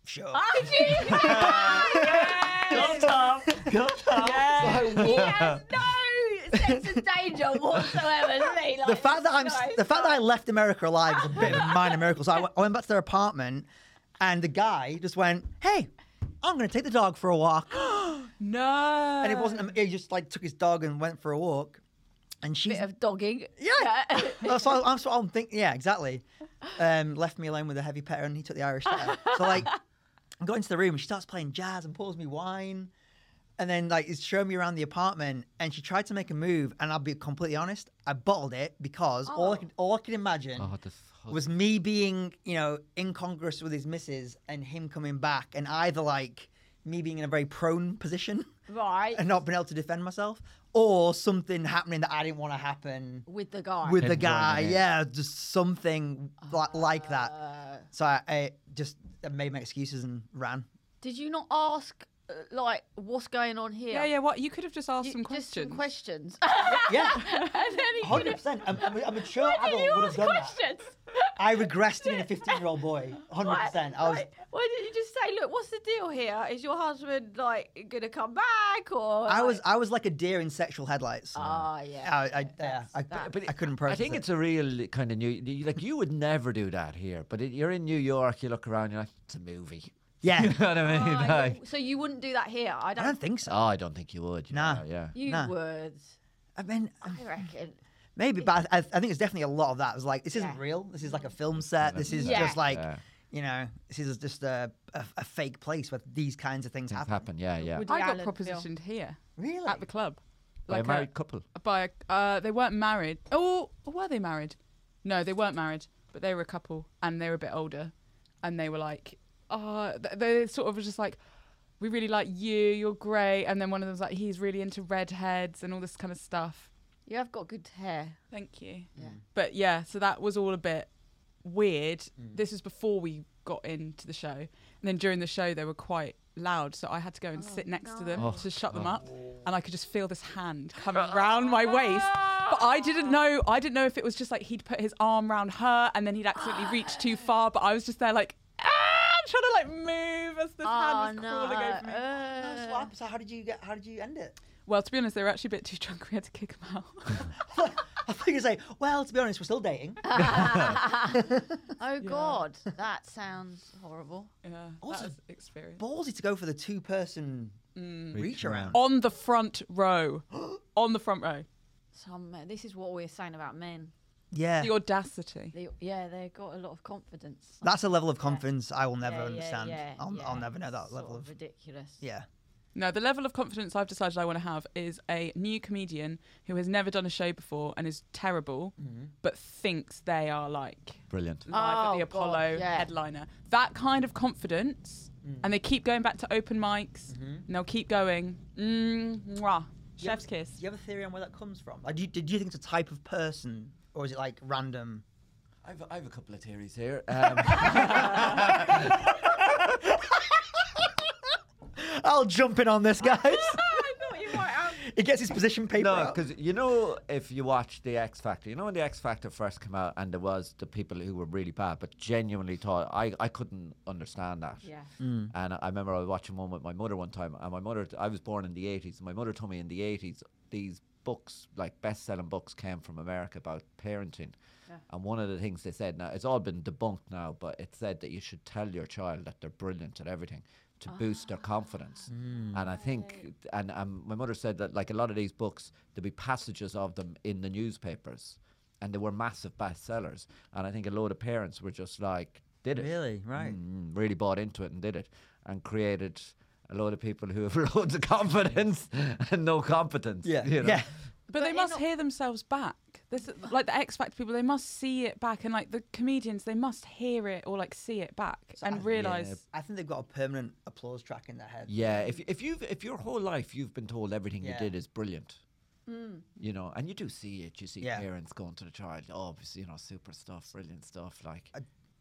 [SPEAKER 1] sure. *laughs*
[SPEAKER 5] *laughs* He has no sense of danger whatsoever. does he? Like,
[SPEAKER 1] the fact that I'm
[SPEAKER 5] this guy is
[SPEAKER 1] the fact that I left America alive is a bit of a
[SPEAKER 5] *laughs*
[SPEAKER 1] minor miracle. So I went, I went back to their apartment, and the guy just went, "Hey, I'm going to take the dog for a walk."
[SPEAKER 2] No.
[SPEAKER 1] And it wasn't. He just like took his dog and went for a walk, and she's
[SPEAKER 5] bit of dogging.
[SPEAKER 1] yeah. That's what I'm, so I'm thinking. Yeah, exactly. Um, left me alone with a heavy petter, and he took the Irish Terrier. So like, I got into the room, and she starts playing jazz and pours me wine, and then like is showing me around the apartment. And she tried to make a move, and I'll be completely honest, I bottled it because
[SPEAKER 5] Oh.
[SPEAKER 1] all I could all I could imagine
[SPEAKER 3] Oh, this hug-
[SPEAKER 1] was me being, you know, incongruous with his missus and him coming back, and either like me being in a very prone position
[SPEAKER 5] *laughs*
[SPEAKER 1] *laughs*
[SPEAKER 5] Right.
[SPEAKER 1] and not being able to defend myself, or something happening that I didn't want to happen
[SPEAKER 5] With the guy.
[SPEAKER 1] with the
[SPEAKER 3] Enjoying
[SPEAKER 1] guy.
[SPEAKER 3] it.
[SPEAKER 1] Yeah, just something like, like that. So I, I just I made my excuses and ran.
[SPEAKER 5] Did you not ask, uh, like, what's going on here?
[SPEAKER 2] Yeah, yeah. What you could have just asked
[SPEAKER 5] You-
[SPEAKER 2] some
[SPEAKER 5] just
[SPEAKER 2] questions.
[SPEAKER 5] some questions.
[SPEAKER 1] *laughs* Yeah,
[SPEAKER 5] *laughs* and then he
[SPEAKER 1] hundred
[SPEAKER 5] could've-
[SPEAKER 1] percent. A mature
[SPEAKER 5] Why did
[SPEAKER 1] adult
[SPEAKER 5] you
[SPEAKER 1] would have
[SPEAKER 5] ask
[SPEAKER 1] done that.
[SPEAKER 5] questions?
[SPEAKER 1] I regressed to being a fifteen-year-old boy. Hundred
[SPEAKER 5] Why-
[SPEAKER 1] percent. I was.
[SPEAKER 5] Why, why didn't you just say, look, what's the deal here? Is your husband, like, going to come back? Or.
[SPEAKER 1] I was
[SPEAKER 5] like-
[SPEAKER 1] I was like a deer in sexual headlights.
[SPEAKER 5] Ah, yeah.
[SPEAKER 1] I, I, yeah, I,
[SPEAKER 5] that-
[SPEAKER 1] I couldn't
[SPEAKER 3] I
[SPEAKER 1] process
[SPEAKER 3] think
[SPEAKER 1] it.
[SPEAKER 3] it's a real kind of new, you- like you would never do that here, but it, you're in New York, you look around, you're like, it's a movie. *laughs* You
[SPEAKER 1] yeah.
[SPEAKER 3] know what I mean?
[SPEAKER 5] Ah,
[SPEAKER 3] Like,
[SPEAKER 5] you- so you wouldn't do that here? I
[SPEAKER 1] I
[SPEAKER 5] don't.
[SPEAKER 1] don't think so.
[SPEAKER 3] oh, I don't think you would. you
[SPEAKER 1] Nah.
[SPEAKER 3] know, yeah.
[SPEAKER 5] you
[SPEAKER 1] nah.
[SPEAKER 5] would.
[SPEAKER 1] I mean,
[SPEAKER 5] I reckon.
[SPEAKER 1] maybe, but I, I think it's definitely a lot of that. It's like this isn't
[SPEAKER 5] Yeah.
[SPEAKER 1] real. This is like a film set. This is
[SPEAKER 5] Yeah.
[SPEAKER 1] just like
[SPEAKER 3] Yeah.
[SPEAKER 1] you know, this is just a, a, a fake place where these kinds of things
[SPEAKER 3] Things
[SPEAKER 1] happen.
[SPEAKER 3] happen. Yeah, yeah.
[SPEAKER 5] Would-
[SPEAKER 2] I got
[SPEAKER 5] Reality.
[SPEAKER 2] propositioned here
[SPEAKER 1] Really?
[SPEAKER 2] at the club.
[SPEAKER 3] By a married couple.
[SPEAKER 2] by a, uh, they weren't married. Oh, or were they married? No, they weren't married, but they were a couple and they were a bit older, and they were like, uh, th- they sort of was just like, we really like you, you're great, and then one of them was like, he's really into redheads and all this kind of stuff.
[SPEAKER 5] You have got good hair.
[SPEAKER 2] Thank you.
[SPEAKER 5] Yeah.
[SPEAKER 2] But yeah, so that was all a bit weird. This was before we got into the show, and then during the show they were quite loud, so I had to go and sit next to them
[SPEAKER 3] Oh,
[SPEAKER 2] to shut them up, and I could just feel this hand coming round my waist. But I didn't know. I didn't know if it was just like he'd put his arm round her, and then he'd accidentally reach too far. But I was just there like. "Ah," Trying to like move as this
[SPEAKER 5] Ah,
[SPEAKER 2] hand was crawling over me.
[SPEAKER 5] Oh, uh,
[SPEAKER 1] so how did you get? How did you end it?
[SPEAKER 2] Well, to be honest, they were actually a bit too *laughs* drunk. We had to kick them out. *laughs*
[SPEAKER 1] I thought you say, well, to be honest, we're still *laughs* dating.
[SPEAKER 5] oh God, that sounds horrible.
[SPEAKER 2] yeah, that
[SPEAKER 1] Also-
[SPEAKER 2] was experience.
[SPEAKER 1] Ballsy to go for the two-person reach around.
[SPEAKER 2] on the front
[SPEAKER 4] *gasps*
[SPEAKER 2] row. on the front row.
[SPEAKER 5] Some men- this is what we were saying about men.
[SPEAKER 1] Yeah,
[SPEAKER 2] The audacity.
[SPEAKER 5] They, yeah, they got a lot of confidence.
[SPEAKER 1] that's a level of confidence I will
[SPEAKER 5] Yeah,
[SPEAKER 1] never
[SPEAKER 5] yeah,
[SPEAKER 1] understand.
[SPEAKER 5] yeah,
[SPEAKER 1] I'll,
[SPEAKER 5] yeah.
[SPEAKER 1] I'll never know that
[SPEAKER 5] Sort
[SPEAKER 1] level of.
[SPEAKER 5] ridiculous.
[SPEAKER 1] Yeah.
[SPEAKER 2] No, the level of confidence I've decided I want to have is a new comedian who has never done a show before and is terrible,
[SPEAKER 4] Mm-hmm.
[SPEAKER 2] but thinks they are like
[SPEAKER 3] Brilliant.
[SPEAKER 2] live at
[SPEAKER 5] Oh,
[SPEAKER 2] the
[SPEAKER 5] God,
[SPEAKER 2] Apollo
[SPEAKER 5] yeah.
[SPEAKER 2] headliner. That kind of confidence.
[SPEAKER 4] Mm.
[SPEAKER 2] And they keep going back to open mics
[SPEAKER 4] Mm-hmm.
[SPEAKER 2] and they'll keep going. Mm, mwah.
[SPEAKER 1] Yeah.
[SPEAKER 2] Chef's kiss.
[SPEAKER 1] Do you have a theory on where that comes from? Like, do you, do you think it's a type of person, or is it like random?
[SPEAKER 3] I've, I've a couple of theories *laughs* here. Um,
[SPEAKER 1] I'll jump in on *laughs* this, guys.
[SPEAKER 4] I thought you might have.
[SPEAKER 1] he gets his position paper.
[SPEAKER 3] no,
[SPEAKER 1] out.
[SPEAKER 3] because you know, if you watch The X Factor, you know when The X Factor first came out and there was the people who were really bad, but genuinely thought, I, I couldn't understand that.
[SPEAKER 4] Yeah.
[SPEAKER 3] And I remember I was watching one with my mother one time, and my mother, I was born in the 80s, and my mother told me in the 80s, these books, like best selling books, came from America about parenting. And one of the things they said, now it's all been debunked now, but it said that you should tell your child that they're brilliant at everything to boost their confidence. And I think, and um, my mother said that, like a lot of these books, there'd be passages of them in the newspapers, and they were massive bestsellers. And I think a load of parents were just like, did it
[SPEAKER 1] Really? Right.
[SPEAKER 3] mm, really bought into it and did it and created a lot of people who have *laughs* loads of confidence *laughs* and no competence.
[SPEAKER 1] Yeah.
[SPEAKER 3] you know.
[SPEAKER 1] Yeah.
[SPEAKER 2] But, they
[SPEAKER 5] in
[SPEAKER 2] must
[SPEAKER 5] a-
[SPEAKER 2] hear themselves back. This, is- like the X Factor people, they must see it back, and like the comedians, they must hear it or like see it back and realize.
[SPEAKER 1] I think they've got a permanent applause track in their head.
[SPEAKER 3] Yeah, if if you've if your whole life you've been told everything
[SPEAKER 1] Yeah.
[SPEAKER 3] you did is brilliant,
[SPEAKER 5] Mm.
[SPEAKER 3] you know, and you do see it. You see
[SPEAKER 1] Yeah.
[SPEAKER 3] parents going to the child, oh, you know, super stuff, brilliant stuff. Like,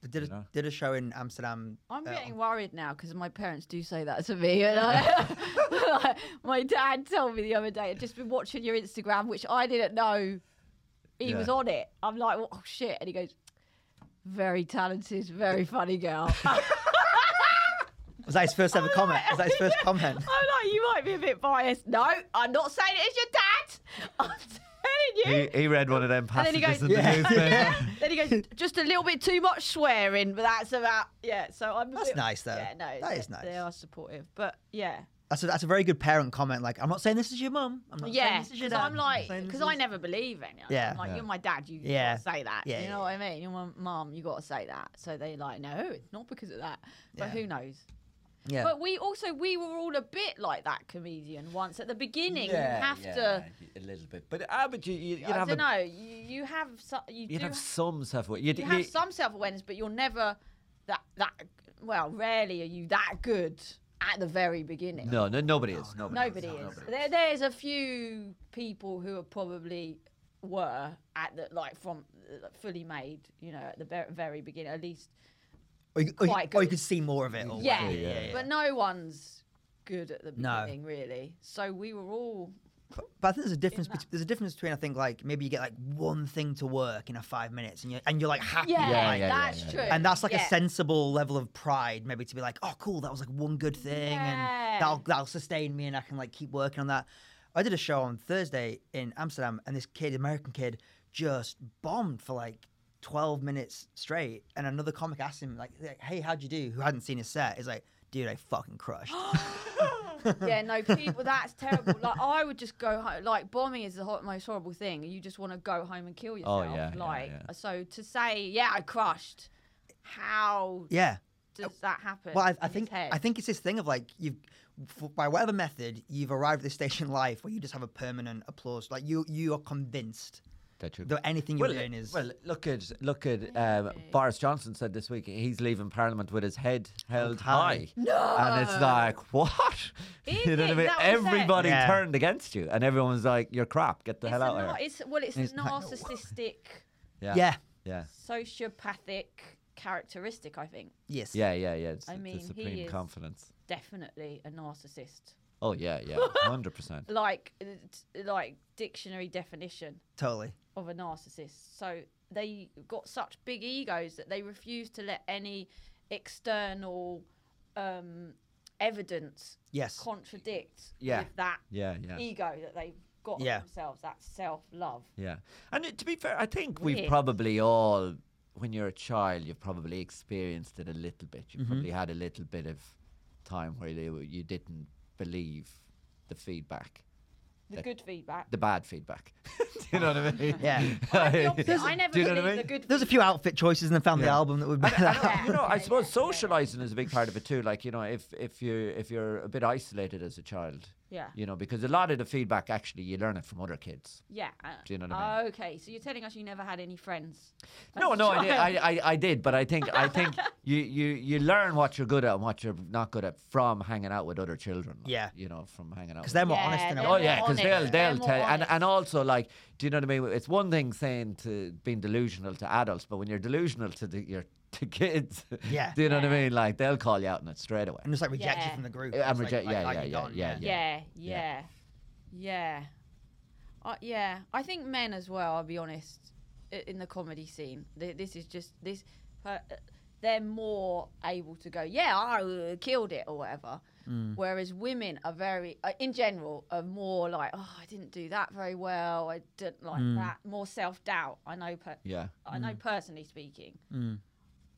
[SPEAKER 1] They did a,
[SPEAKER 3] You know?
[SPEAKER 1] did a show in Amsterdam.
[SPEAKER 5] I'm
[SPEAKER 1] uh,
[SPEAKER 5] getting worried now because my parents do say that to me. And
[SPEAKER 1] *laughs*
[SPEAKER 5] I, *laughs* my dad told me the other day, I'd just been watching your Instagram, which I didn't know he
[SPEAKER 3] Yeah.
[SPEAKER 5] was on it. I'm like, oh shit. And he goes, very talented, very funny girl. *laughs* I'm
[SPEAKER 1] was that his first ever comment? Was that his first comment?
[SPEAKER 5] like, you might be a bit biased. No, I'm not saying it is your dad. *laughs* I'm *laughs* telling you.
[SPEAKER 3] He, he read one of them
[SPEAKER 5] And then he
[SPEAKER 3] passages
[SPEAKER 5] goes-
[SPEAKER 3] in the
[SPEAKER 1] Yeah.
[SPEAKER 5] *laughs*
[SPEAKER 3] newspaper. *laughs*
[SPEAKER 5] then he goes, just a little bit too much swearing, but that's about, yeah. So I'm a
[SPEAKER 1] That's
[SPEAKER 5] bit-
[SPEAKER 1] nice, though.
[SPEAKER 5] Yeah, no,
[SPEAKER 1] That
[SPEAKER 5] they-
[SPEAKER 1] is nice.
[SPEAKER 5] They are supportive, but yeah.
[SPEAKER 1] *laughs* That's a, that's a very good parent comment. Like, I'm not saying this is your mum. I'm not saying
[SPEAKER 5] Yeah,
[SPEAKER 1] this is your
[SPEAKER 5] because
[SPEAKER 1] dad.
[SPEAKER 5] I'm like,
[SPEAKER 1] saying this
[SPEAKER 5] because I
[SPEAKER 1] is-
[SPEAKER 5] never believe in it.
[SPEAKER 1] Yeah.
[SPEAKER 5] I'm like
[SPEAKER 3] Yeah.
[SPEAKER 5] you're my dad, you
[SPEAKER 1] Yeah.
[SPEAKER 5] gotta say that.
[SPEAKER 1] Yeah,
[SPEAKER 5] you
[SPEAKER 1] yeah,
[SPEAKER 5] know what I mean? You're my mom, you gotta say that. So they like, no, it's not because of that. But
[SPEAKER 1] Yeah.
[SPEAKER 5] who knows?
[SPEAKER 1] Yeah.
[SPEAKER 5] But we also we were all a bit like that comedian once at the beginning. you have to.
[SPEAKER 3] a little bit. But ah, but you you
[SPEAKER 5] I
[SPEAKER 3] have
[SPEAKER 5] don't know. You, you have so, you
[SPEAKER 3] you'd
[SPEAKER 5] do
[SPEAKER 3] have
[SPEAKER 5] have-
[SPEAKER 3] some self you
[SPEAKER 5] you have some self awareness, but you're never that that. Well, rarely are you that good at the very beginning.
[SPEAKER 3] No, no, nobody is. Nobody,
[SPEAKER 5] Nobody is. There, there's a few people who are probably were at the like from like, fully made, you know, at the very, very beginning, at least.
[SPEAKER 1] or, you, or, you,
[SPEAKER 5] quite
[SPEAKER 1] or you
[SPEAKER 5] good.
[SPEAKER 1] could see more of it. Or
[SPEAKER 5] Yeah,
[SPEAKER 1] whatever.
[SPEAKER 3] yeah, yeah.
[SPEAKER 5] but no one's good at the
[SPEAKER 1] No.
[SPEAKER 5] beginning, really. So we were all.
[SPEAKER 1] But I think there's a difference. Bet- there's a difference between I think like maybe you get like one thing to work in a five minutes, and you and you're like happy.
[SPEAKER 5] Yeah,
[SPEAKER 3] yeah,
[SPEAKER 1] like,
[SPEAKER 3] yeah,
[SPEAKER 5] that's
[SPEAKER 3] yeah.
[SPEAKER 5] true.
[SPEAKER 1] And that's like
[SPEAKER 5] Yeah.
[SPEAKER 1] a sensible level of pride, maybe to be like, oh, cool, that was like one good thing,
[SPEAKER 5] Yeah.
[SPEAKER 1] and that'll that'll sustain me, and I can like keep working on that. I did a show on Thursday in Amsterdam, and this kid, American kid, just bombed for like twelve minutes straight. And another comic asked him like, like, "Hey, how'd you do?" Who hadn't seen his set? He's like, "Dude, I fucking
[SPEAKER 5] *gasps*
[SPEAKER 1] crushed."
[SPEAKER 5] *laughs* yeah, no, people, that's terrible. Like, I would just go home. Like, bombing is the ho- most horrible thing. You just want to go home and kill
[SPEAKER 1] Oh,
[SPEAKER 5] yourself.
[SPEAKER 3] yeah, yeah,
[SPEAKER 5] like,
[SPEAKER 3] yeah.
[SPEAKER 5] so to say, yeah, I crushed. How
[SPEAKER 1] yeah.
[SPEAKER 5] does that happen?
[SPEAKER 1] Well, I,
[SPEAKER 5] in
[SPEAKER 1] I
[SPEAKER 5] his
[SPEAKER 1] think
[SPEAKER 5] head?
[SPEAKER 1] I think it's this thing of like you've, f by whatever method, you've arrived at this station in life where you just have a permanent applause. Like you, you are convinced
[SPEAKER 3] That you're
[SPEAKER 1] that anything you're
[SPEAKER 3] well,
[SPEAKER 1] doing is
[SPEAKER 3] well, look at look at um, Boris Johnson said this week he's leaving Parliament with his head held high,
[SPEAKER 1] high.
[SPEAKER 3] and it's like what? *laughs*
[SPEAKER 5] Is
[SPEAKER 3] you know
[SPEAKER 5] it?
[SPEAKER 3] what I mean?
[SPEAKER 5] That was it.
[SPEAKER 3] Everybody
[SPEAKER 1] Yeah.
[SPEAKER 3] turned against you, and everyone was like, "You're crap. Get the
[SPEAKER 5] it's
[SPEAKER 3] hell
[SPEAKER 5] a
[SPEAKER 3] out
[SPEAKER 5] nar-
[SPEAKER 3] of here."
[SPEAKER 5] It's, well, it's,
[SPEAKER 3] It's
[SPEAKER 5] a
[SPEAKER 3] like, no.
[SPEAKER 5] narcissistic,
[SPEAKER 3] Yeah,
[SPEAKER 1] yeah,
[SPEAKER 3] yeah,
[SPEAKER 5] sociopathic characteristic, I think.
[SPEAKER 1] yes,
[SPEAKER 3] yeah, yeah. yeah. It's,
[SPEAKER 5] I
[SPEAKER 3] it's
[SPEAKER 5] mean,
[SPEAKER 3] the
[SPEAKER 5] he
[SPEAKER 3] supreme
[SPEAKER 5] is-
[SPEAKER 3] confidence.
[SPEAKER 5] Definitely a narcissist.
[SPEAKER 3] Oh yeah,
[SPEAKER 5] *laughs*
[SPEAKER 3] yeah, hundred percent.
[SPEAKER 5] Like, it's like dictionary definition
[SPEAKER 1] totally.
[SPEAKER 5] of a narcissist. So they got such big egos that they refuse to let any external um, evidence
[SPEAKER 1] Yes,
[SPEAKER 5] contradict
[SPEAKER 3] Yeah.
[SPEAKER 5] with that
[SPEAKER 3] Yeah, yeah.
[SPEAKER 5] ego that they've got
[SPEAKER 1] Yeah.
[SPEAKER 5] of themselves, that self love.
[SPEAKER 3] Yeah. And it- to be fair, I think we've
[SPEAKER 5] Weird.
[SPEAKER 3] probably all, when you're a child, you've probably experienced it a little bit. You
[SPEAKER 5] Mm-hmm.
[SPEAKER 3] probably had a little bit of time where you, you didn't believe the feedback,
[SPEAKER 5] The
[SPEAKER 3] That-
[SPEAKER 5] good
[SPEAKER 3] *laughs*
[SPEAKER 5] feedback.
[SPEAKER 3] the bad feedback. Do you know what I mean? *laughs*
[SPEAKER 1] yeah.
[SPEAKER 5] I'm the opposite. I never
[SPEAKER 3] Do you know
[SPEAKER 5] believed
[SPEAKER 3] what I
[SPEAKER 5] the
[SPEAKER 3] mean?
[SPEAKER 5] good
[SPEAKER 1] There's a few outfit choices in the family
[SPEAKER 3] Yeah.
[SPEAKER 1] album that would
[SPEAKER 3] *laughs*
[SPEAKER 1] be.
[SPEAKER 3] I
[SPEAKER 1] *laughs*
[SPEAKER 3] know, you know, I
[SPEAKER 5] Yeah,
[SPEAKER 3] suppose
[SPEAKER 5] yeah, yeah.
[SPEAKER 3] socializing is a big part of it too. Like, you know, if if you if you're a bit isolated as a child,
[SPEAKER 5] Yeah.
[SPEAKER 3] you know, because a lot of the feedback actually you learn it from other kids.
[SPEAKER 5] Yeah. uh,
[SPEAKER 3] Do you know what I
[SPEAKER 5] Okay, so you're telling us you never had any friends? as
[SPEAKER 3] No,
[SPEAKER 5] a
[SPEAKER 3] no, I did,
[SPEAKER 5] child?
[SPEAKER 3] I, I, I did, but I think I
[SPEAKER 5] *laughs*
[SPEAKER 3] think you, you you learn what you're good at and what you're not good at from hanging out with other children. like,
[SPEAKER 1] Yeah.
[SPEAKER 3] you know, from hanging out.
[SPEAKER 1] because
[SPEAKER 3] with
[SPEAKER 1] they're more
[SPEAKER 5] Yeah,
[SPEAKER 1] honest than
[SPEAKER 5] they're
[SPEAKER 1] I
[SPEAKER 3] Oh
[SPEAKER 1] was.
[SPEAKER 5] more
[SPEAKER 3] yeah, because they'll
[SPEAKER 5] honest.
[SPEAKER 3] they'll
[SPEAKER 5] They're more
[SPEAKER 3] tell and, and
[SPEAKER 5] honest.
[SPEAKER 3] also like, do you know what I mean? It's one thing saying to being delusional to adults, but when you're delusional to the, your to kids,
[SPEAKER 1] Yeah.
[SPEAKER 3] *laughs* do you know what I mean? Like they'll call you out on it straight away.
[SPEAKER 1] and just like reject you
[SPEAKER 5] Yeah.
[SPEAKER 1] from the group.
[SPEAKER 3] Uh, I'm
[SPEAKER 1] It's like-
[SPEAKER 3] reject-
[SPEAKER 1] like,
[SPEAKER 3] yeah,
[SPEAKER 1] like
[SPEAKER 3] yeah,
[SPEAKER 1] you're
[SPEAKER 3] yeah,
[SPEAKER 1] gone,
[SPEAKER 3] yeah,
[SPEAKER 5] yeah, yeah,
[SPEAKER 3] Yeah.
[SPEAKER 5] yeah. Uh, yeah, I think men as well. I'll be honest. i- In the comedy scene, th- this is just this. per- They're more able to go, yeah, I uh, killed it or whatever.
[SPEAKER 3] Mm.
[SPEAKER 5] Whereas women are very, uh, in general, are more like, oh, I didn't do that very well. I didn't like
[SPEAKER 3] Mm.
[SPEAKER 5] that. More self doubt. I know. Per-
[SPEAKER 3] Yeah.
[SPEAKER 5] I
[SPEAKER 3] Mm.
[SPEAKER 5] know personally speaking,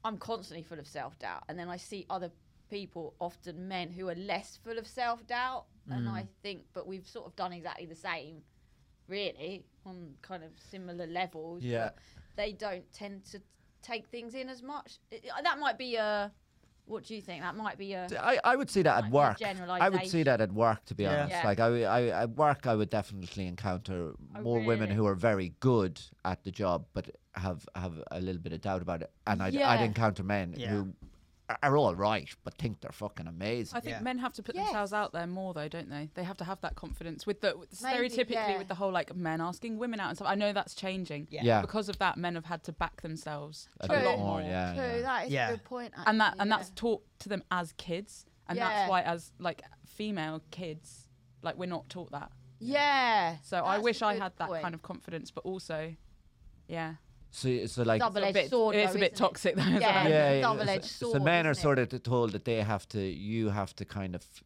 [SPEAKER 5] I'm constantly full of self doubt. And then I see other people, often men, who are less full of self doubt. And
[SPEAKER 3] Mm.
[SPEAKER 5] I think, but we've sort of done exactly the same, really, on kind of similar levels. but
[SPEAKER 3] Yeah.
[SPEAKER 5] They don't tend to take things in as much. It- it- that might be a. What do you think? That might be a.
[SPEAKER 3] I, I would see that at
[SPEAKER 5] Might
[SPEAKER 3] work.
[SPEAKER 5] be a
[SPEAKER 3] I would see that at work, to be
[SPEAKER 1] Yeah.
[SPEAKER 3] honest.
[SPEAKER 5] Yeah.
[SPEAKER 3] Like I, w- I- at work, I would definitely encounter
[SPEAKER 5] Oh,
[SPEAKER 3] more women
[SPEAKER 5] really?
[SPEAKER 3] who are very good at the job, but have have a little bit of doubt about it. And I'd, I'd
[SPEAKER 5] Yeah.
[SPEAKER 3] encounter men
[SPEAKER 1] Yeah.
[SPEAKER 3] who are all right, but think they're fucking amazing.
[SPEAKER 2] I think
[SPEAKER 1] Yeah.
[SPEAKER 2] men have to put
[SPEAKER 5] Yes.
[SPEAKER 2] themselves out there more, though, don't they? They have to have that confidence with the with
[SPEAKER 5] Maybe,
[SPEAKER 2] stereotypically
[SPEAKER 5] yeah.
[SPEAKER 2] with the whole like men asking women out and stuff. I know that's changing.
[SPEAKER 1] Yeah.
[SPEAKER 3] Yeah.
[SPEAKER 2] Because of that, men have had to back themselves
[SPEAKER 3] A
[SPEAKER 2] a
[SPEAKER 3] bit
[SPEAKER 2] lot
[SPEAKER 3] more,
[SPEAKER 2] more,
[SPEAKER 3] yeah,
[SPEAKER 5] True,
[SPEAKER 3] yeah.
[SPEAKER 5] that is
[SPEAKER 1] Yeah.
[SPEAKER 5] a good point. Actually,
[SPEAKER 2] and that and
[SPEAKER 5] yeah.
[SPEAKER 2] that's taught to them as kids, and
[SPEAKER 5] Yeah.
[SPEAKER 2] that's why as like female kids, like we're not taught that.
[SPEAKER 5] yeah.
[SPEAKER 2] So I
[SPEAKER 5] That's a
[SPEAKER 2] wish I
[SPEAKER 5] good
[SPEAKER 2] had that
[SPEAKER 5] point.
[SPEAKER 2] kind of confidence, but also, yeah,
[SPEAKER 3] So, so like,
[SPEAKER 5] double
[SPEAKER 2] a
[SPEAKER 5] edged
[SPEAKER 2] bit,
[SPEAKER 5] sword.
[SPEAKER 2] it's
[SPEAKER 5] though,
[SPEAKER 2] a bit
[SPEAKER 5] isn't it?
[SPEAKER 2] toxic, though. isn't
[SPEAKER 5] Yeah.
[SPEAKER 2] it?
[SPEAKER 3] yeah, yeah,
[SPEAKER 5] double-edged
[SPEAKER 3] so, so
[SPEAKER 5] sword,
[SPEAKER 3] men are
[SPEAKER 5] isn't it?
[SPEAKER 3] sort of told that they have to, you have to kind of, f-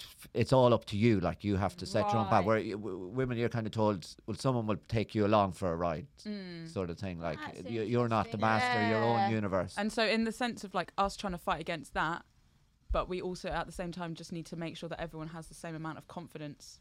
[SPEAKER 3] f- it's all up to you. Like you have to set your own path.
[SPEAKER 5] Right.
[SPEAKER 3] Where you, w- women, you're kind of told, well, someone will take you along for a ride,
[SPEAKER 2] Mm.
[SPEAKER 3] sort of thing. Like
[SPEAKER 5] That's
[SPEAKER 3] you, you're not the
[SPEAKER 5] interesting.
[SPEAKER 3] master, of your
[SPEAKER 5] Yeah.
[SPEAKER 3] own universe.
[SPEAKER 2] And so, in the sense of like us trying to fight against that, but we also at the same time just need to make sure that everyone has the same amount of confidence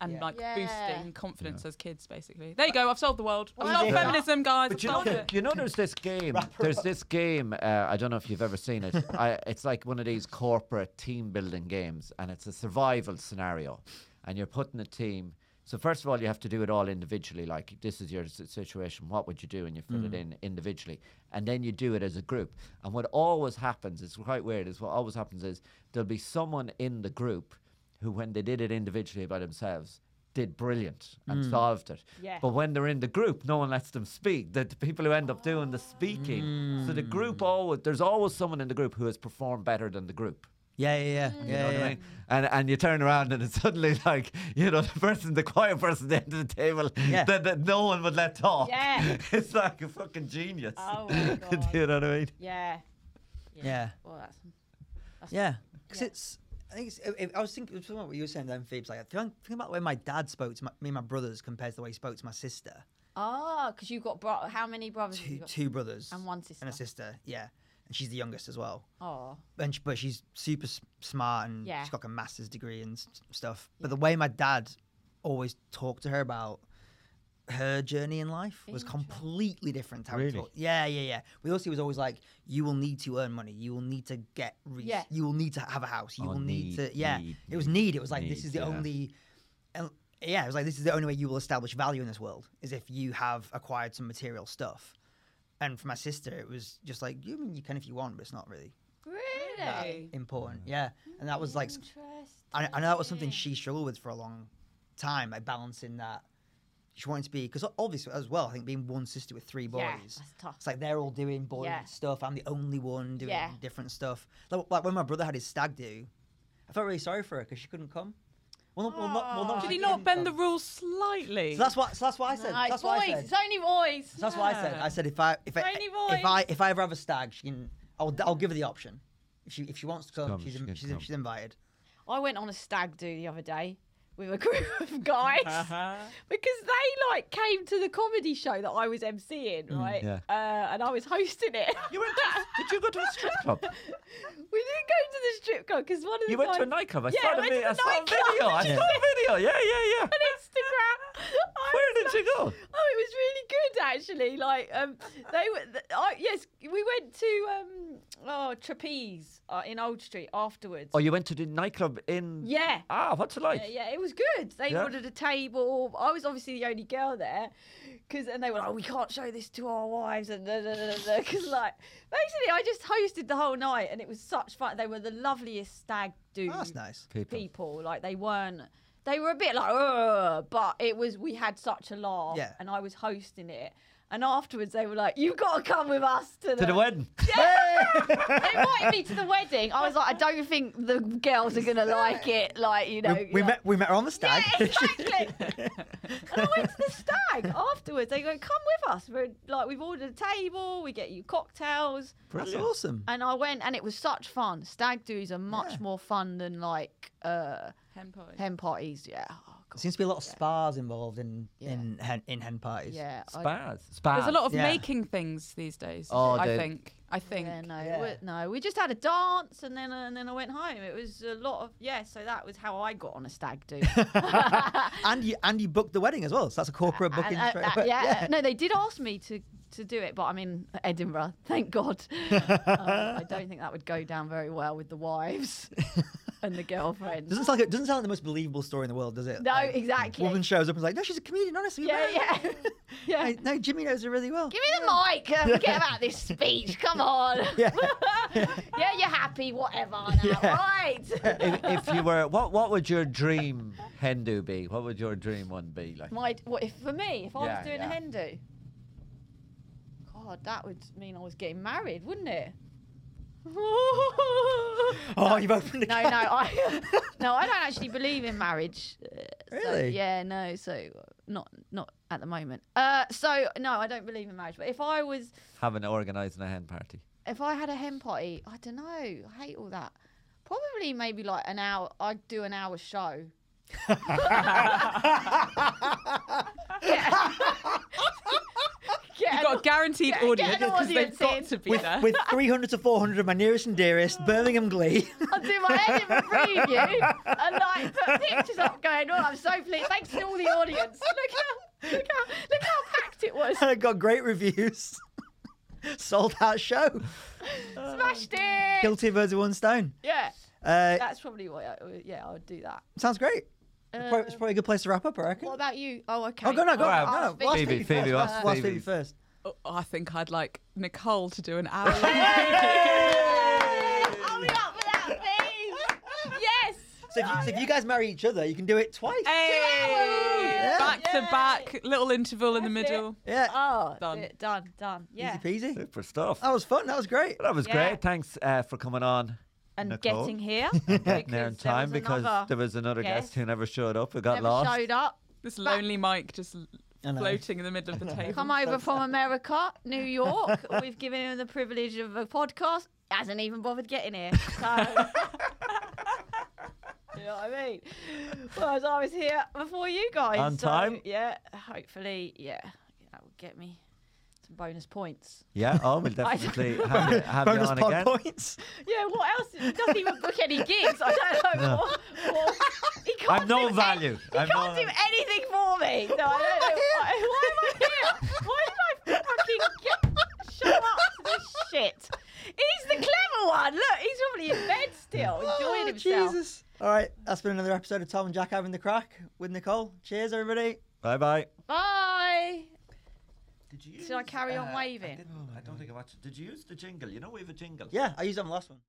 [SPEAKER 2] and
[SPEAKER 1] Yeah.
[SPEAKER 2] like
[SPEAKER 5] Yeah.
[SPEAKER 2] boosting confidence as kids, basically. There you go. I've solved the world. I've
[SPEAKER 5] Well,
[SPEAKER 2] solved
[SPEAKER 1] yeah.
[SPEAKER 2] feminism, guys. I've
[SPEAKER 3] But you know,
[SPEAKER 2] solved it.
[SPEAKER 3] you know, there's this game. There's this game. Uh, I don't know if you've ever seen it. I, it's like one of these corporate team building games, and it's a survival scenario. And you're putting a team. So first of all, you have to do it all individually. Like this is your s- situation. What would you do? And you fill it in individually, and then you do it as a group. And what always happens is quite weird. Is what always happens is there'll be someone in the group who, when they did it individually by themselves, did brilliant
[SPEAKER 1] Mm.
[SPEAKER 3] and solved it.
[SPEAKER 5] Yeah.
[SPEAKER 3] But when they're in the group, no one lets them speak. The, the people who end up doing the speaking. So the group
[SPEAKER 1] Mm.
[SPEAKER 3] always there's always someone in the group who has performed better than the group.
[SPEAKER 1] Yeah, yeah, yeah.
[SPEAKER 3] Mm. You
[SPEAKER 1] yeah,
[SPEAKER 3] know what
[SPEAKER 1] yeah.
[SPEAKER 3] I mean? And and you turn around and it's *laughs* suddenly like, you know, the person, the quiet person at the end of the table
[SPEAKER 1] Yeah.
[SPEAKER 3] that, that no one would let talk.
[SPEAKER 5] Yeah.
[SPEAKER 3] *laughs* it's like a fucking genius.
[SPEAKER 5] Oh my God.
[SPEAKER 3] *laughs* Do you know what I mean?
[SPEAKER 5] Yeah.
[SPEAKER 1] Yeah.
[SPEAKER 5] Well, that's
[SPEAKER 1] Yeah, because
[SPEAKER 5] Yeah.
[SPEAKER 1] it's. I think it's, if- if- I was thinking it was what you were saying then, Phoebe. Like think think about the way my dad spoke to my, me and my brothers compared to the way he spoke to my sister.
[SPEAKER 5] ah, because you've got bro- how many brothers? have
[SPEAKER 1] Two
[SPEAKER 5] you got?
[SPEAKER 1] two brothers
[SPEAKER 5] And one sister.
[SPEAKER 1] and a sister. Yeah, and she's the youngest as well.
[SPEAKER 5] Oh,
[SPEAKER 1] And she, but she's super s- smart and
[SPEAKER 5] Yeah.
[SPEAKER 1] she's got like a master's degree and s- stuff. But the way my dad always talked to her about her journey in life was completely different. to How he
[SPEAKER 3] Really?
[SPEAKER 1] talked- Yeah, yeah, yeah. We also he was always like, "You will need to earn money. You will need to get. Re-
[SPEAKER 5] Yeah.
[SPEAKER 1] You will need to have a house. You
[SPEAKER 3] Oh,
[SPEAKER 1] will need,
[SPEAKER 3] need,
[SPEAKER 1] to. Yeah.
[SPEAKER 3] need,
[SPEAKER 1] it was need. It was like
[SPEAKER 3] need,
[SPEAKER 1] this is the
[SPEAKER 3] yeah.
[SPEAKER 1] only. and- Yeah, it was like this is the only way you will establish value in this world is if you have acquired some material stuff. And for my sister, it was just like you mean you can if you want, but it's not really that
[SPEAKER 5] really?
[SPEAKER 1] important. Yeah, and that was like
[SPEAKER 5] Mm.
[SPEAKER 1] s- I, I know that was something she struggled with for a long time, like balancing that. She wanted to be because obviously as well. I think being one sister with three boys,
[SPEAKER 5] Yeah, that's tough.
[SPEAKER 1] it's like they're all doing boy
[SPEAKER 5] Yeah.
[SPEAKER 1] stuff. I'm the only one doing
[SPEAKER 5] Yeah.
[SPEAKER 1] different stuff. Like, like when my brother had his stag do, I felt really sorry for her because she couldn't come. Well, not, well, not, well, not
[SPEAKER 2] Did
[SPEAKER 1] she
[SPEAKER 2] he not
[SPEAKER 1] couldn't
[SPEAKER 2] bend the
[SPEAKER 1] come.
[SPEAKER 2] rules slightly?
[SPEAKER 1] So that's what. So that's what I said.
[SPEAKER 5] No, it's
[SPEAKER 1] that's what I
[SPEAKER 5] boys.
[SPEAKER 1] said.
[SPEAKER 5] It's only boys.
[SPEAKER 1] So that's what I said.
[SPEAKER 2] Yeah.
[SPEAKER 1] I said if I if I,
[SPEAKER 5] Tiny
[SPEAKER 1] if I if I ever have a stag, she can. I'll I'll give her the option. If she if she wants to come,
[SPEAKER 3] Come,
[SPEAKER 1] she's
[SPEAKER 3] she
[SPEAKER 1] in,
[SPEAKER 3] can
[SPEAKER 1] she's,
[SPEAKER 3] come.
[SPEAKER 1] she's invited.
[SPEAKER 5] I went on a stag do the other day with a group *laughs* of guys
[SPEAKER 3] Uh-huh.
[SPEAKER 2] Uh-huh. *laughs*
[SPEAKER 5] because they like came to the comedy show that I was emceeing, right?
[SPEAKER 3] Mm, yeah.
[SPEAKER 5] uh, and I was hosting it. *laughs*
[SPEAKER 3] You went to, did you go to a strip club?
[SPEAKER 5] we didn't go to the strip club because one of the
[SPEAKER 3] You went
[SPEAKER 5] guys
[SPEAKER 3] to a nightclub. I
[SPEAKER 5] Yeah,
[SPEAKER 3] saw
[SPEAKER 5] I
[SPEAKER 3] the
[SPEAKER 5] went to
[SPEAKER 3] video. I
[SPEAKER 5] the
[SPEAKER 3] saw a
[SPEAKER 5] nightclub.
[SPEAKER 3] video. I
[SPEAKER 5] Did you
[SPEAKER 3] saw a video. Yeah, yeah, yeah.
[SPEAKER 5] on Instagram. I
[SPEAKER 3] *laughs* Where did
[SPEAKER 5] was
[SPEAKER 3] you
[SPEAKER 5] like-
[SPEAKER 3] go?
[SPEAKER 5] Oh, it was really good actually. Like um, they were. th I, yes, we went to um, oh trapeze uh, in Old Street afterwards.
[SPEAKER 3] *laughs* Oh, you went to the nightclub in.
[SPEAKER 5] yeah.
[SPEAKER 3] Ah, what's it like?
[SPEAKER 5] Yeah, yeah, it was good. They
[SPEAKER 3] Yeah.
[SPEAKER 5] ordered a table. I was obviously the only girl there, because and they were like, "Oh, we can't show this to our wives," and because like basically, I just hosted the whole night, and it was such fun. They were the loveliest stag do
[SPEAKER 1] Oh, that's nice.
[SPEAKER 3] People.
[SPEAKER 5] people. Like they weren't. They were a bit like, "Ugh," but it was. We had such a laugh,
[SPEAKER 1] Yeah.
[SPEAKER 5] and I was hosting it. And afterwards, they were like, "You've got to come with us to the,
[SPEAKER 3] To the
[SPEAKER 5] *laughs*
[SPEAKER 3] wedding.
[SPEAKER 5] they
[SPEAKER 3] *laughs*
[SPEAKER 5] invited me to the wedding. I was like, "I don't think the girls
[SPEAKER 1] *laughs*
[SPEAKER 5] are gonna like it." Like you know,
[SPEAKER 1] we we
[SPEAKER 5] yeah.
[SPEAKER 1] met we met her on the stag.
[SPEAKER 5] Yeah,
[SPEAKER 1] *laughs*
[SPEAKER 5] exactly. and I went to the stag afterwards. They go, "Come with us. We're like, we've ordered a table. We get you cocktails."
[SPEAKER 1] that's
[SPEAKER 3] Brilliant.
[SPEAKER 1] awesome.
[SPEAKER 5] And I went, and it was such fun. Stag do's are much
[SPEAKER 1] Yeah.
[SPEAKER 5] more fun than like uh,
[SPEAKER 2] Hen pie.
[SPEAKER 5] hen parties. Yeah. Oh,
[SPEAKER 1] There
[SPEAKER 5] God.
[SPEAKER 1] seems to be a lot of spas involved in
[SPEAKER 5] Yeah.
[SPEAKER 1] in hen, in hen parties.
[SPEAKER 5] yeah. I-
[SPEAKER 3] Spas. Spas.
[SPEAKER 2] There's a lot of
[SPEAKER 1] Yeah.
[SPEAKER 2] making things these days.
[SPEAKER 3] Oh,
[SPEAKER 2] I
[SPEAKER 3] they-
[SPEAKER 2] think. I think.
[SPEAKER 5] yeah, no,
[SPEAKER 1] Yeah.
[SPEAKER 5] we- no. We just had a dance, and then and then I went home. It was a lot of yeah. So that was how I got on a stag
[SPEAKER 1] *laughs*
[SPEAKER 5] do.
[SPEAKER 1] And you and you booked the wedding as well. So that's a
[SPEAKER 5] *laughs*
[SPEAKER 1] corporate booking.
[SPEAKER 5] And, uh,
[SPEAKER 1] straight
[SPEAKER 5] that-
[SPEAKER 1] away.
[SPEAKER 5] yeah,
[SPEAKER 1] *laughs*
[SPEAKER 5] no, they did ask me to to do it, but I'm in
[SPEAKER 1] *laughs* *laughs*
[SPEAKER 5] Edinburgh. Thank God. Um, I don't think that would go down very well with the wives. and the girlfriend.
[SPEAKER 1] Doesn't sound like, doesn't sound like the most believable story in the world, does it?
[SPEAKER 5] No,
[SPEAKER 1] Like,
[SPEAKER 5] exactly.
[SPEAKER 1] Woman shows up and is like, no, she's a comedian, honestly.
[SPEAKER 5] Yeah, yeah. *laughs* yeah.
[SPEAKER 1] I, no, Jimmy knows her really well.
[SPEAKER 5] Give me the mic. Uh,
[SPEAKER 1] *laughs*
[SPEAKER 5] forget about this speech. Come on.
[SPEAKER 1] Yeah.
[SPEAKER 5] *laughs*
[SPEAKER 1] *laughs*
[SPEAKER 5] yeah, you're happy. Whatever. Now.
[SPEAKER 1] Yeah.
[SPEAKER 5] Right.
[SPEAKER 3] if, if you were, what what would your dream Hindu be? What would your dream one be like?
[SPEAKER 5] My, what if for me, if I
[SPEAKER 3] Yeah,
[SPEAKER 5] was doing
[SPEAKER 3] yeah.
[SPEAKER 5] a Hindu, God, that would mean I was getting married, wouldn't
[SPEAKER 3] *laughs*
[SPEAKER 5] it? no,
[SPEAKER 1] Oh, you've
[SPEAKER 5] *laughs*
[SPEAKER 1] opened the
[SPEAKER 5] no, I, no, I don't actually believe in marriage. uh, so-
[SPEAKER 1] Really?
[SPEAKER 5] yeah, no. So not, not at the moment. Uh, so no, I don't believe in marriage. But if I was,
[SPEAKER 3] Having organising a hen party.
[SPEAKER 5] if I had a hen party, I don't know. I hate all that. Probably maybe like an hour. I'd do an hour show. yeah. Get
[SPEAKER 2] You've
[SPEAKER 5] an-
[SPEAKER 2] got a guaranteed
[SPEAKER 5] get- get
[SPEAKER 2] audience *laughs*
[SPEAKER 5] an
[SPEAKER 2] because
[SPEAKER 5] audience
[SPEAKER 2] they've got
[SPEAKER 5] in.
[SPEAKER 2] to be
[SPEAKER 1] with,
[SPEAKER 2] there.
[SPEAKER 1] with 300 to 400 of my nearest and
[SPEAKER 5] *laughs*
[SPEAKER 1] dearest, Birmingham Glee.
[SPEAKER 5] I'll do my edit preview and like put pictures up going, oh, I'm so pleased. Thanks to all the audience. Look how, look how, look how packed it was.
[SPEAKER 1] and I *laughs* got great reviews. *laughs* Sold out show.
[SPEAKER 5] Smashed it.
[SPEAKER 1] Kill two birds with one stone.
[SPEAKER 5] Yeah,
[SPEAKER 1] Uh,
[SPEAKER 5] that's probably what. I, yeah, I would do that.
[SPEAKER 1] sounds great. Pro-
[SPEAKER 5] Uh,
[SPEAKER 1] it's probably a good place to wrap up, I reckon.
[SPEAKER 5] what about you? Oh, okay.
[SPEAKER 1] Oh, go no, go.
[SPEAKER 3] All right,
[SPEAKER 1] no,
[SPEAKER 5] Phoebe.
[SPEAKER 1] last
[SPEAKER 3] Phoebe, Phoebe,
[SPEAKER 1] first. Last
[SPEAKER 3] last
[SPEAKER 1] Phoebe
[SPEAKER 3] Phoebe.
[SPEAKER 1] first.
[SPEAKER 2] Oh, I think I'd like Nicole to *laughs* do an hour. long
[SPEAKER 5] I'll be up for that, please. yes.
[SPEAKER 1] So if, you, so if you guys marry each other, you can do it twice.
[SPEAKER 2] Hey!
[SPEAKER 1] Yeah.
[SPEAKER 2] Back to
[SPEAKER 5] Yay.
[SPEAKER 2] back, little interval in the
[SPEAKER 5] That's it.
[SPEAKER 2] middle.
[SPEAKER 1] Yeah,
[SPEAKER 5] Oh,
[SPEAKER 2] Done.
[SPEAKER 5] d- done, done. Yeah.
[SPEAKER 1] easy peasy.
[SPEAKER 3] Super stuff.
[SPEAKER 1] That was fun. That was great.
[SPEAKER 3] That was
[SPEAKER 5] Oh, Yeah.
[SPEAKER 3] great. Thanks uh, for coming on.
[SPEAKER 5] And
[SPEAKER 3] Nicole.
[SPEAKER 5] getting here.
[SPEAKER 3] *laughs* Getting there in
[SPEAKER 5] because there
[SPEAKER 3] time
[SPEAKER 5] was
[SPEAKER 3] because
[SPEAKER 5] another
[SPEAKER 3] there was another guest
[SPEAKER 5] guest.
[SPEAKER 3] who never showed up. who got
[SPEAKER 5] Never
[SPEAKER 3] lost.
[SPEAKER 5] showed up.
[SPEAKER 2] This lonely mic just l-
[SPEAKER 1] I know. *laughs*
[SPEAKER 2] floating in the middle of
[SPEAKER 5] *laughs*
[SPEAKER 2] the table.
[SPEAKER 5] Come over from America, New York. We've given him the privilege of a podcast. Hasn't even bothered getting here. So. *laughs* You know what I mean? Whereas I was here before you guys.
[SPEAKER 3] On
[SPEAKER 5] so,
[SPEAKER 3] time.
[SPEAKER 5] Yeah, hopefully, yeah, that would get me some bonus points.
[SPEAKER 3] Yeah, oh,
[SPEAKER 5] *laughs*
[SPEAKER 3] we'll definitely have you, have you
[SPEAKER 1] Bonus
[SPEAKER 3] on
[SPEAKER 1] pod
[SPEAKER 3] again.
[SPEAKER 1] points.
[SPEAKER 5] Yeah, what else? He doesn't even book any gigs. I don't know.
[SPEAKER 3] No.
[SPEAKER 5] What, what, he can't
[SPEAKER 3] I'm no
[SPEAKER 5] do
[SPEAKER 3] value.
[SPEAKER 5] Any, he
[SPEAKER 3] I'm
[SPEAKER 5] can't
[SPEAKER 3] no-
[SPEAKER 5] do anything for me. So I don't know. Why, why am I here? Why did I fucking get, show up to this shit? He's the clever one. Look, he's probably in bed still, enjoying
[SPEAKER 1] Oh,
[SPEAKER 5] himself.
[SPEAKER 1] Jesus. All right, that's been another episode of Tom and Jack having the crack with Nicole. Cheers, everybody.
[SPEAKER 3] Bye bye.
[SPEAKER 5] Bye.
[SPEAKER 3] Did you
[SPEAKER 5] Should I use, carry on uh, I waving? didn't-
[SPEAKER 3] I, don't think I watched. Did you use the jingle? You know we have a jingle.
[SPEAKER 1] Yeah, I used it on the last one.